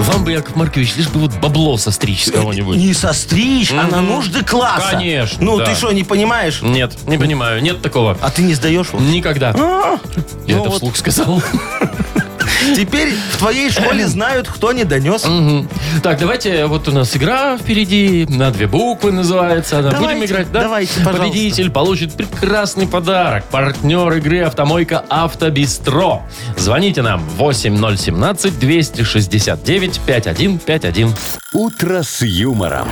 [SPEAKER 2] Вам бы, Яков Маркович, лишь бы вот бабло состричь с кого-нибудь.
[SPEAKER 3] Не состричь, а на нужды класса.
[SPEAKER 2] Конечно,
[SPEAKER 3] Ну,
[SPEAKER 2] да.
[SPEAKER 3] ты что, не понимаешь?
[SPEAKER 2] Нет, не понимаю, нет такого.
[SPEAKER 3] А ты не сдаешь? вот?
[SPEAKER 2] Никогда. Я
[SPEAKER 3] ну
[SPEAKER 2] это
[SPEAKER 3] вот.
[SPEAKER 2] вслух сказал.
[SPEAKER 3] Теперь в твоей школе знают, кто не донес.
[SPEAKER 2] Мгм. Так, давайте, вот у нас игра впереди, на две буквы называется. она.
[SPEAKER 3] Давайте,
[SPEAKER 2] Будем играть, да?
[SPEAKER 3] давайте, пожалуйста.
[SPEAKER 2] Победитель получит прекрасный подарок. Партнер игры «Автомойка Автобистро». Звоните нам 8017-269-5151.
[SPEAKER 1] «Утро с юмором».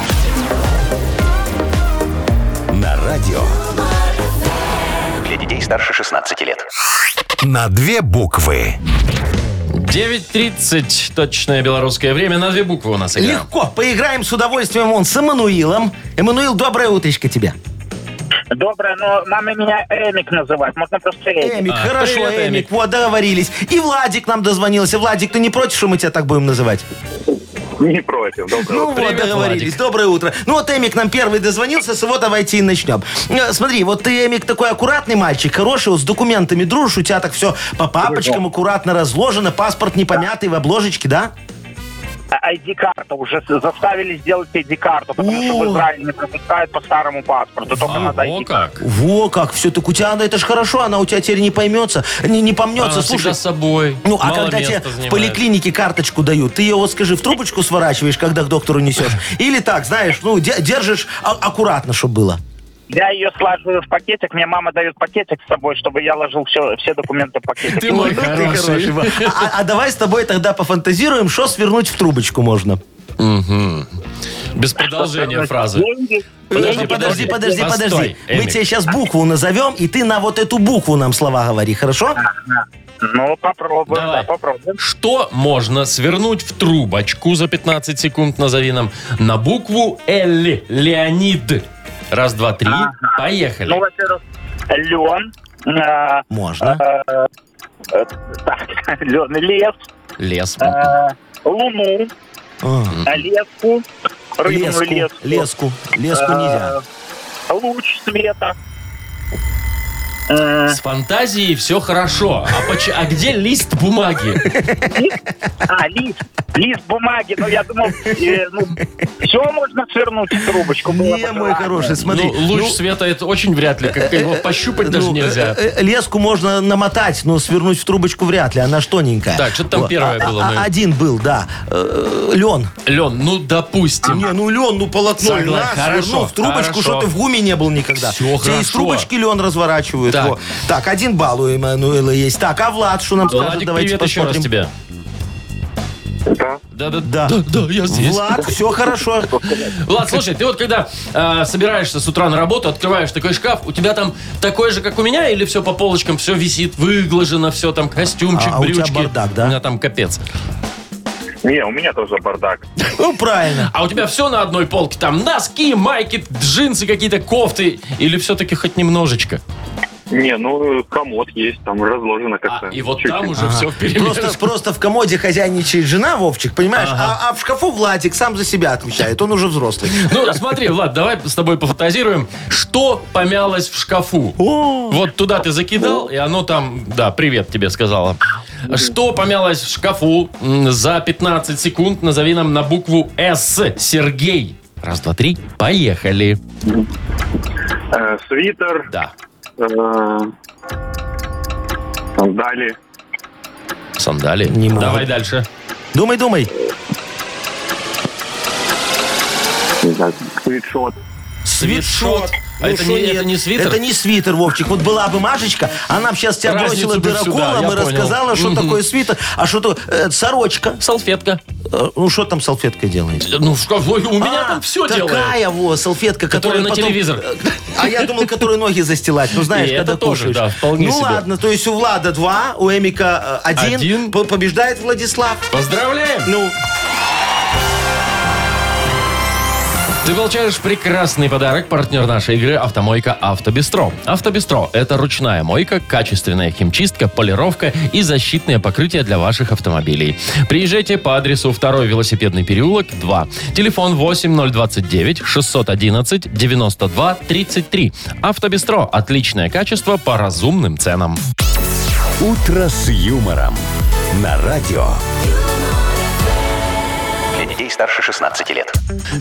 [SPEAKER 1] На радио.
[SPEAKER 7] Для детей старше 16 лет.
[SPEAKER 1] На две буквы.
[SPEAKER 2] 9.30, точное белорусское время, на две буквы у нас игра.
[SPEAKER 3] Легко. Поиграем с удовольствием вон с Эммануилом. Эммануил, доброе утречко тебе.
[SPEAKER 5] Доброе, но мама меня Эмик называет. Можно просто Эмик.
[SPEAKER 3] Эмик,
[SPEAKER 2] А,
[SPEAKER 3] хорошо,
[SPEAKER 2] привет,
[SPEAKER 3] Эмик.
[SPEAKER 2] Эмик.
[SPEAKER 3] вот, договорились. И Владик нам дозвонился. Владик, ты не против, что мы тебя так будем называть?
[SPEAKER 6] Не против, доброе.
[SPEAKER 3] Ну
[SPEAKER 2] Привет,
[SPEAKER 3] вот, договорились.
[SPEAKER 2] Владик.
[SPEAKER 3] Доброе утро. Ну вот Эмик нам первый дозвонился, с его давайте и начнем. Э, Смотри, вот ты, Эмик, такой аккуратный мальчик, хороший, вот с документами дружишь, у тебя так все по папочкам аккуратно разложено, паспорт не помятый в обложечке, да?
[SPEAKER 5] А- ID-карта. Уже с- заставили сделать ID-карту, потому что
[SPEAKER 3] О.
[SPEAKER 5] в Израиле не пропускают по старому паспорту. Только надо
[SPEAKER 2] О,
[SPEAKER 5] ID-карту.
[SPEAKER 2] как.
[SPEAKER 3] Во как, все, так у тебя, она- это ж хорошо, она у тебя теперь не поймется, не, не помнется.
[SPEAKER 2] Она
[SPEAKER 3] Слушай,
[SPEAKER 2] всегда с собой.
[SPEAKER 3] Ну, а
[SPEAKER 2] Мало
[SPEAKER 3] когда тебе
[SPEAKER 2] места
[SPEAKER 3] в
[SPEAKER 2] занимает.
[SPEAKER 3] поликлинике карточку дают, ты ее, вот скажи, в трубочку сворачиваешь, когда к доктору несешь? Или так, знаешь, ну, де- держишь а- аккуратно, чтобы было.
[SPEAKER 5] Я ее слаживаю в пакетик. Мне мама дает пакетик с собой, чтобы я ложил все, все документы в пакетик.
[SPEAKER 2] Ты мой
[SPEAKER 3] Ну, ты
[SPEAKER 2] хороший.
[SPEAKER 3] Вова. А, а- а давай с тобой тогда пофантазируем, что свернуть в трубочку можно.
[SPEAKER 2] Мгм. Без продолжения фразы.
[SPEAKER 5] Деньги.
[SPEAKER 2] Подожди,
[SPEAKER 3] Ну, подожди, подожди,
[SPEAKER 2] Постой,
[SPEAKER 3] подожди. Мы
[SPEAKER 2] Эмик.
[SPEAKER 3] тебе сейчас букву назовем, и ты на вот эту букву нам слова говори, хорошо?
[SPEAKER 5] Ну, попробуем,
[SPEAKER 2] Давай.
[SPEAKER 5] да, попробуем.
[SPEAKER 2] Что можно свернуть в трубочку за 15 секунд, назови нам, на букву Л. Леонид. Раз, два, три.
[SPEAKER 5] Ну,
[SPEAKER 2] Поехали.
[SPEAKER 5] во-первых, лен. э,
[SPEAKER 3] Можно.
[SPEAKER 5] э, э, Так, лен, лес,
[SPEAKER 2] Лес.
[SPEAKER 5] э, луну,
[SPEAKER 3] А,
[SPEAKER 5] э,
[SPEAKER 3] Леску,
[SPEAKER 5] леску, рыбную леску,
[SPEAKER 3] леску, леску
[SPEAKER 5] э,
[SPEAKER 3] нельзя.
[SPEAKER 5] луч света. Э,
[SPEAKER 2] С фантазией все хорошо. А, поч- а где лист бумаги?
[SPEAKER 5] А, лист, лист бумаги. Ну, я думал, все можно свернуть в трубочку. было
[SPEAKER 3] Не,
[SPEAKER 5] бы
[SPEAKER 3] мой
[SPEAKER 5] желательно.
[SPEAKER 3] хороший, смотри.
[SPEAKER 2] Ну, луч
[SPEAKER 3] ну,
[SPEAKER 2] света это очень вряд ли. Как его пощупать даже
[SPEAKER 3] ну,
[SPEAKER 2] нельзя.
[SPEAKER 3] э, э, Леску можно намотать, но свернуть в трубочку вряд ли, она ж тоненькая.
[SPEAKER 2] Так, что-то там
[SPEAKER 3] Вот.
[SPEAKER 2] первое
[SPEAKER 3] А-
[SPEAKER 2] было,
[SPEAKER 3] а-
[SPEAKER 2] мы-
[SPEAKER 3] Один был, да. Э, Лен.
[SPEAKER 2] Лен, ну допустим.
[SPEAKER 3] Не, ну лен, ну полотно
[SPEAKER 2] Согласен.
[SPEAKER 3] льна
[SPEAKER 2] Хорошо,
[SPEAKER 3] свернул в трубочку,
[SPEAKER 2] хорошо.
[SPEAKER 3] что ты в гуме не был никогда.
[SPEAKER 2] Всё
[SPEAKER 3] Тебе из
[SPEAKER 2] хорошо.
[SPEAKER 3] трубочки лен разворачивают.
[SPEAKER 2] Так.
[SPEAKER 3] во. так, один балл у Эммануэла есть. Так, а Влад, что нам скажет?
[SPEAKER 2] Владик,
[SPEAKER 3] Давайте
[SPEAKER 2] привет еще
[SPEAKER 3] посмотрим.
[SPEAKER 2] раз тебе. Да, да,
[SPEAKER 3] Да.
[SPEAKER 2] да, да, я здесь.
[SPEAKER 3] Влад, все хорошо.
[SPEAKER 2] Влад, слушай, ты вот когда э, собираешься с утра на работу, открываешь такой шкаф, у тебя там такой же, как у меня, или все по полочкам, все висит, выглажено, все там, костюмчик,
[SPEAKER 3] А, а у тебя
[SPEAKER 2] брючки.
[SPEAKER 3] бардак, да?
[SPEAKER 2] У меня там капец.
[SPEAKER 6] Не, у меня тоже бардак.
[SPEAKER 3] Ну, правильно.
[SPEAKER 2] А у тебя все на одной полке, там носки, майки, джинсы какие-то, кофты, или все-таки хоть немножечко?
[SPEAKER 6] Не, ну комод есть, там разложено
[SPEAKER 2] А,
[SPEAKER 6] как-то.
[SPEAKER 2] и вот
[SPEAKER 6] Чуть-чуть.
[SPEAKER 2] там уже все
[SPEAKER 3] Просто,
[SPEAKER 2] вперемешку.
[SPEAKER 3] просто в комоде хозяйничает жена, Вовчик, понимаешь?
[SPEAKER 2] Ага.
[SPEAKER 3] А, а в шкафу Владик сам за себя отвечает. Он уже взрослый.
[SPEAKER 2] Ну, смотри, Влад, давай с тобой пофантазируем, что помялось в шкафу. Вот туда ты закидал, и оно там, да, привет тебе сказала. Что помялось в шкафу м, за 15 секунд? Назови нам на букву «С». Сергей. Раз, два, три. Поехали.
[SPEAKER 6] Э, свитер,
[SPEAKER 2] Да.
[SPEAKER 6] э, сандали,
[SPEAKER 2] Сандали.
[SPEAKER 3] Не могу.
[SPEAKER 2] Давай дальше.
[SPEAKER 3] Думай, думай.
[SPEAKER 6] не знаю, свитшот.
[SPEAKER 2] Свитшот. А
[SPEAKER 3] Ну
[SPEAKER 2] это,
[SPEAKER 3] шо
[SPEAKER 2] не,
[SPEAKER 3] нет?
[SPEAKER 2] это не свитер?
[SPEAKER 3] Это не свитер, Вовчик. Вот была бы Машечка, она бы сейчас тебя
[SPEAKER 2] Разницу
[SPEAKER 3] бросила
[SPEAKER 2] бы всю, да, я
[SPEAKER 3] дыроколом и
[SPEAKER 2] понял.
[SPEAKER 3] рассказала, что
[SPEAKER 2] Мгм.
[SPEAKER 3] такое свитер, а что такое э, сорочка.
[SPEAKER 2] салфетка.
[SPEAKER 3] Э, Ну, что там салфеткой делаете?
[SPEAKER 2] Ну, в шкафу. У меня
[SPEAKER 3] А,
[SPEAKER 2] там все
[SPEAKER 3] такая
[SPEAKER 2] делает.
[SPEAKER 3] во, салфетка,
[SPEAKER 2] Которая
[SPEAKER 3] которая
[SPEAKER 2] на
[SPEAKER 3] потом-
[SPEAKER 2] телевизор.
[SPEAKER 3] А я думал, которую ноги застилать. Ну, знаешь,
[SPEAKER 2] И
[SPEAKER 3] когда
[SPEAKER 2] это тоже, да,
[SPEAKER 3] кушаешь.
[SPEAKER 2] вполне
[SPEAKER 3] Ну,
[SPEAKER 2] себе.
[SPEAKER 3] ладно, то есть у Влада два, у Эмика э, один.
[SPEAKER 2] Один.
[SPEAKER 3] По- Побеждает Владислав.
[SPEAKER 2] Поздравляем!
[SPEAKER 3] Ну,
[SPEAKER 2] Ты получаешь прекрасный подарок, партнер нашей игры «Автомойка Автобестро». «Автобестро» — это ручная мойка, качественная химчистка, полировка и защитное покрытие для ваших автомобилей. Приезжайте по адресу 2 велосипедный переулок, 2. Телефон 8029-611-92-33. «Автобестро» — отличное качество по разумным ценам.
[SPEAKER 1] «Утро с юмором» на радио.
[SPEAKER 7] Для детей старше 16 лет.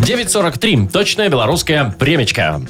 [SPEAKER 2] 9.43. Точная белорусская премечка.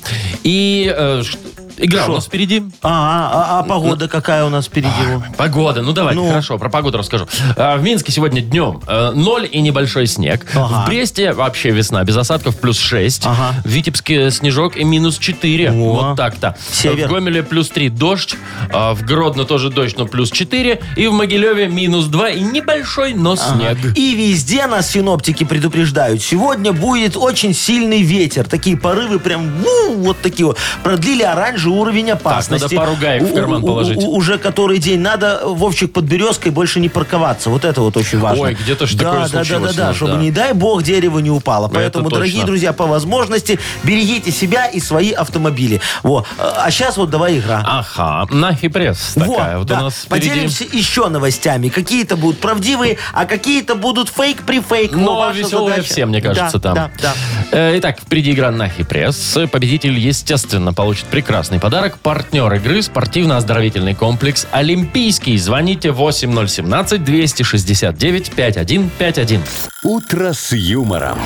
[SPEAKER 2] И э, ш- игра у нас впереди.
[SPEAKER 3] а, а- а погода какая у нас впереди? во?
[SPEAKER 2] Погода. Ну, давайте,
[SPEAKER 3] Ну.
[SPEAKER 2] хорошо, про погоду расскажу. А, В Минске сегодня днем э, ноль и небольшой снег.
[SPEAKER 3] Ага.
[SPEAKER 2] В Бресте вообще весна, без осадков плюс 6.
[SPEAKER 3] Ага.
[SPEAKER 2] В Витебске снежок и минус 4.
[SPEAKER 3] О.
[SPEAKER 2] Вот так-то.
[SPEAKER 3] Север.
[SPEAKER 2] В Гомеле плюс 3 дождь. А, В Гродно тоже дождь, но плюс 4. И в Могилеве минус 2 и небольшой, но снег.
[SPEAKER 3] И везде нас синоптики предупреждают. Сегодня будет очень сильный ветер. Такие порывы прям, ну, вот такие вот. Продлили оранжевую уже уровень опасности.
[SPEAKER 2] надо пару гаек в
[SPEAKER 3] У-
[SPEAKER 2] карман
[SPEAKER 3] у- у-
[SPEAKER 2] положить.
[SPEAKER 3] у- Уже который день надо, Вовчик, под березкой больше не парковаться. Вот это вот очень важно.
[SPEAKER 2] Ой, где-то ж
[SPEAKER 3] да,
[SPEAKER 2] такое
[SPEAKER 3] да, да, да,
[SPEAKER 2] случилось у
[SPEAKER 3] да,
[SPEAKER 2] нас,
[SPEAKER 3] чтобы
[SPEAKER 2] да.
[SPEAKER 3] не дай бог дерево не упало. Поэтому,
[SPEAKER 2] точно.
[SPEAKER 3] дорогие друзья, по возможности берегите себя и свои автомобили. Во. А сейчас вот давай игра.
[SPEAKER 2] Ага, нахипресс такая вот,
[SPEAKER 3] Вот, да.
[SPEAKER 2] у нас впереди.
[SPEAKER 3] Поделимся еще новостями. Какие-то будут правдивые, а какие-то будут фейк при фейк.
[SPEAKER 2] Но веселые все, мне кажется, там.
[SPEAKER 3] Ну, Да, да.
[SPEAKER 2] Э, Итак, впереди игра на пресс. Победитель, естественно, получит прекрасный подарок. Партнер игры – спортивно-оздоровительный комплекс «Олимпийский». Звоните 8017-269-5151.
[SPEAKER 1] «Утро с юмором».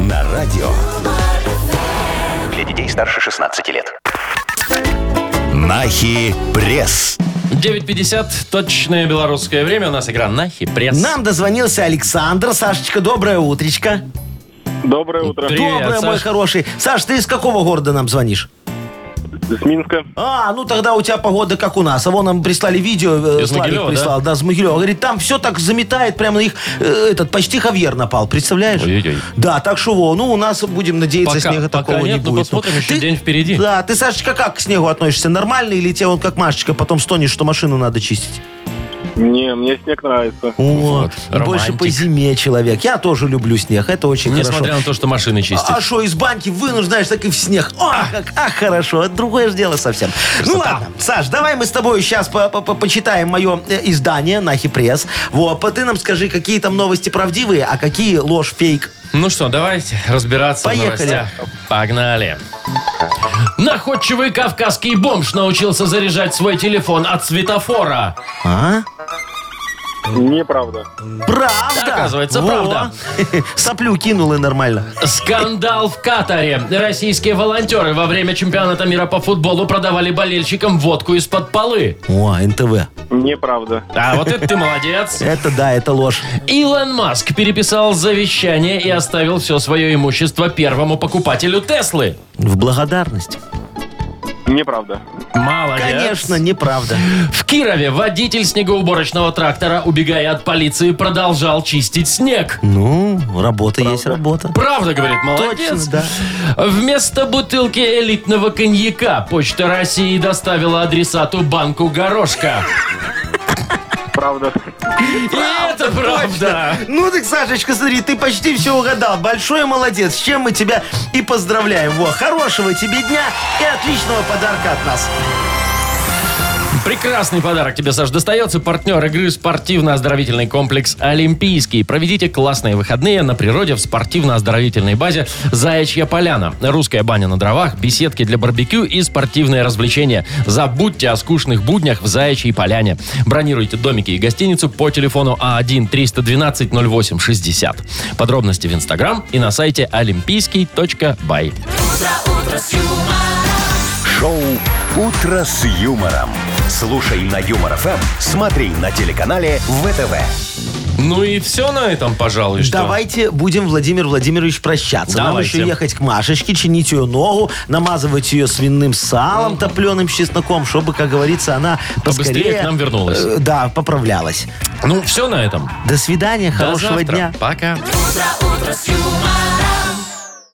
[SPEAKER 1] На радио.
[SPEAKER 7] Для детей старше 16 лет.
[SPEAKER 1] Нахи пресс.
[SPEAKER 2] 9.50, точное белорусское время. У нас игра на пресс.
[SPEAKER 3] Нам дозвонился Александр. Сашечка, доброе утречко.
[SPEAKER 6] Доброе утро.
[SPEAKER 2] Привет,
[SPEAKER 3] доброе, мой
[SPEAKER 2] Саш.
[SPEAKER 3] хороший. Саш, ты из какого города нам звонишь?
[SPEAKER 6] С Минска.
[SPEAKER 3] А, ну тогда у тебя погода как у нас. А вон нам прислали видео, э,
[SPEAKER 2] Из
[SPEAKER 3] Славик
[SPEAKER 2] Могилева,
[SPEAKER 3] прислал, да? с Могилева. Говорит, там все так заметает, прямо на их, э, этот, почти Хавьер напал, представляешь?
[SPEAKER 2] Ой-ой-ой.
[SPEAKER 3] Да, так что во, ну у нас, будем надеяться,
[SPEAKER 2] Пока-
[SPEAKER 3] снега
[SPEAKER 2] пока
[SPEAKER 3] такого не
[SPEAKER 2] нет,
[SPEAKER 3] будет. Ну,
[SPEAKER 2] но посмотрим, еще
[SPEAKER 3] Ты-
[SPEAKER 2] день впереди.
[SPEAKER 3] Да, ты, Сашечка, как к снегу относишься? Нормально или тебе он как Машечка потом стонешь, что машину надо чистить?
[SPEAKER 6] Не, мне снег нравится.
[SPEAKER 3] О,
[SPEAKER 2] Вот,
[SPEAKER 3] больше
[SPEAKER 2] романтик.
[SPEAKER 3] по зиме человек. Я тоже люблю снег, это очень хорошо.
[SPEAKER 2] Несмотря на то, что машины чистят.
[SPEAKER 3] А что, из банки вынул, знаешь, так и в снег. О, как, ах, хорошо. Это Другое же дело совсем. Ну ладно, Саш, давай мы с тобой сейчас по- по- по- почитаем мое э, издание Нахи Пресс. Вот, а ты нам скажи, какие там новости правдивые, а какие ложь, фейк.
[SPEAKER 2] Ну что, давайте разбираться
[SPEAKER 3] Поехали.
[SPEAKER 2] в новостях. Погнали. Находчивый кавказский бомж научился заряжать свой телефон от светофора.
[SPEAKER 3] А?
[SPEAKER 6] Неправда.
[SPEAKER 3] Правда?
[SPEAKER 2] Оказывается, правда.
[SPEAKER 3] Соплю кинул и нормально.
[SPEAKER 2] Скандал в Катаре. Российские волонтеры во время чемпионата мира по футболу продавали болельщикам водку из-под полы.
[SPEAKER 3] О, НТВ.
[SPEAKER 6] Неправда.
[SPEAKER 2] А вот это ты молодец.
[SPEAKER 3] Это да, это ложь.
[SPEAKER 2] Илон Маск переписал завещание и оставил все свое имущество первому покупателю Теслы.
[SPEAKER 3] В благодарность.
[SPEAKER 6] Неправда.
[SPEAKER 2] Молодец.
[SPEAKER 3] Конечно, неправда.
[SPEAKER 2] В Кирове водитель снегоуборочного трактора, убегая от полиции, продолжал чистить снег.
[SPEAKER 3] Ну, работа есть работа.
[SPEAKER 2] Правда, говорит, молодец.
[SPEAKER 3] Точно, да.
[SPEAKER 2] Вместо бутылки элитного коньяка Почта России доставила адресату банку горошка.
[SPEAKER 6] Правда.
[SPEAKER 2] И это правда.
[SPEAKER 3] Ну так, Сашечка, смотри, ты почти все угадал. Большой молодец, с чем мы тебя и поздравляем. Во, хорошего тебе дня и отличного подарка от нас.
[SPEAKER 2] Прекрасный подарок тебе, Саш, достается. Партнер игры спортивно-оздоровительный комплекс «Олимпийский». Проведите классные выходные на природе в спортивно-оздоровительной базе «Заячья поляна». Русская баня на дровах, беседки для барбекю и спортивные развлечения. Забудьте о скучных буднях в «Заячьей поляне». Бронируйте домики и гостиницу по телефону А А1-312-08-60. Подробности в Инстаграм и на сайте олимпийский.бай.
[SPEAKER 1] Шоу «Утро с юмором». Слушай на Юмор ФМ, смотри на телеканале ВТВ.
[SPEAKER 2] Ну и все на этом, пожалуй, что...
[SPEAKER 3] Давайте будем, Владимир Владимирович, прощаться. Нам
[SPEAKER 2] Давайте.
[SPEAKER 3] еще ехать к Машечке, чинить ее ногу, намазывать ее свиным салом, топленым с чесноком, чтобы, как говорится, она
[SPEAKER 2] Побыстрее
[SPEAKER 3] поскорее...
[SPEAKER 2] к нам вернулась.
[SPEAKER 3] э, да, поправлялась.
[SPEAKER 2] Ну, все на этом.
[SPEAKER 3] До свидания,
[SPEAKER 2] До
[SPEAKER 3] хорошего
[SPEAKER 2] завтра.
[SPEAKER 3] дня.
[SPEAKER 2] Пока.
[SPEAKER 8] humor.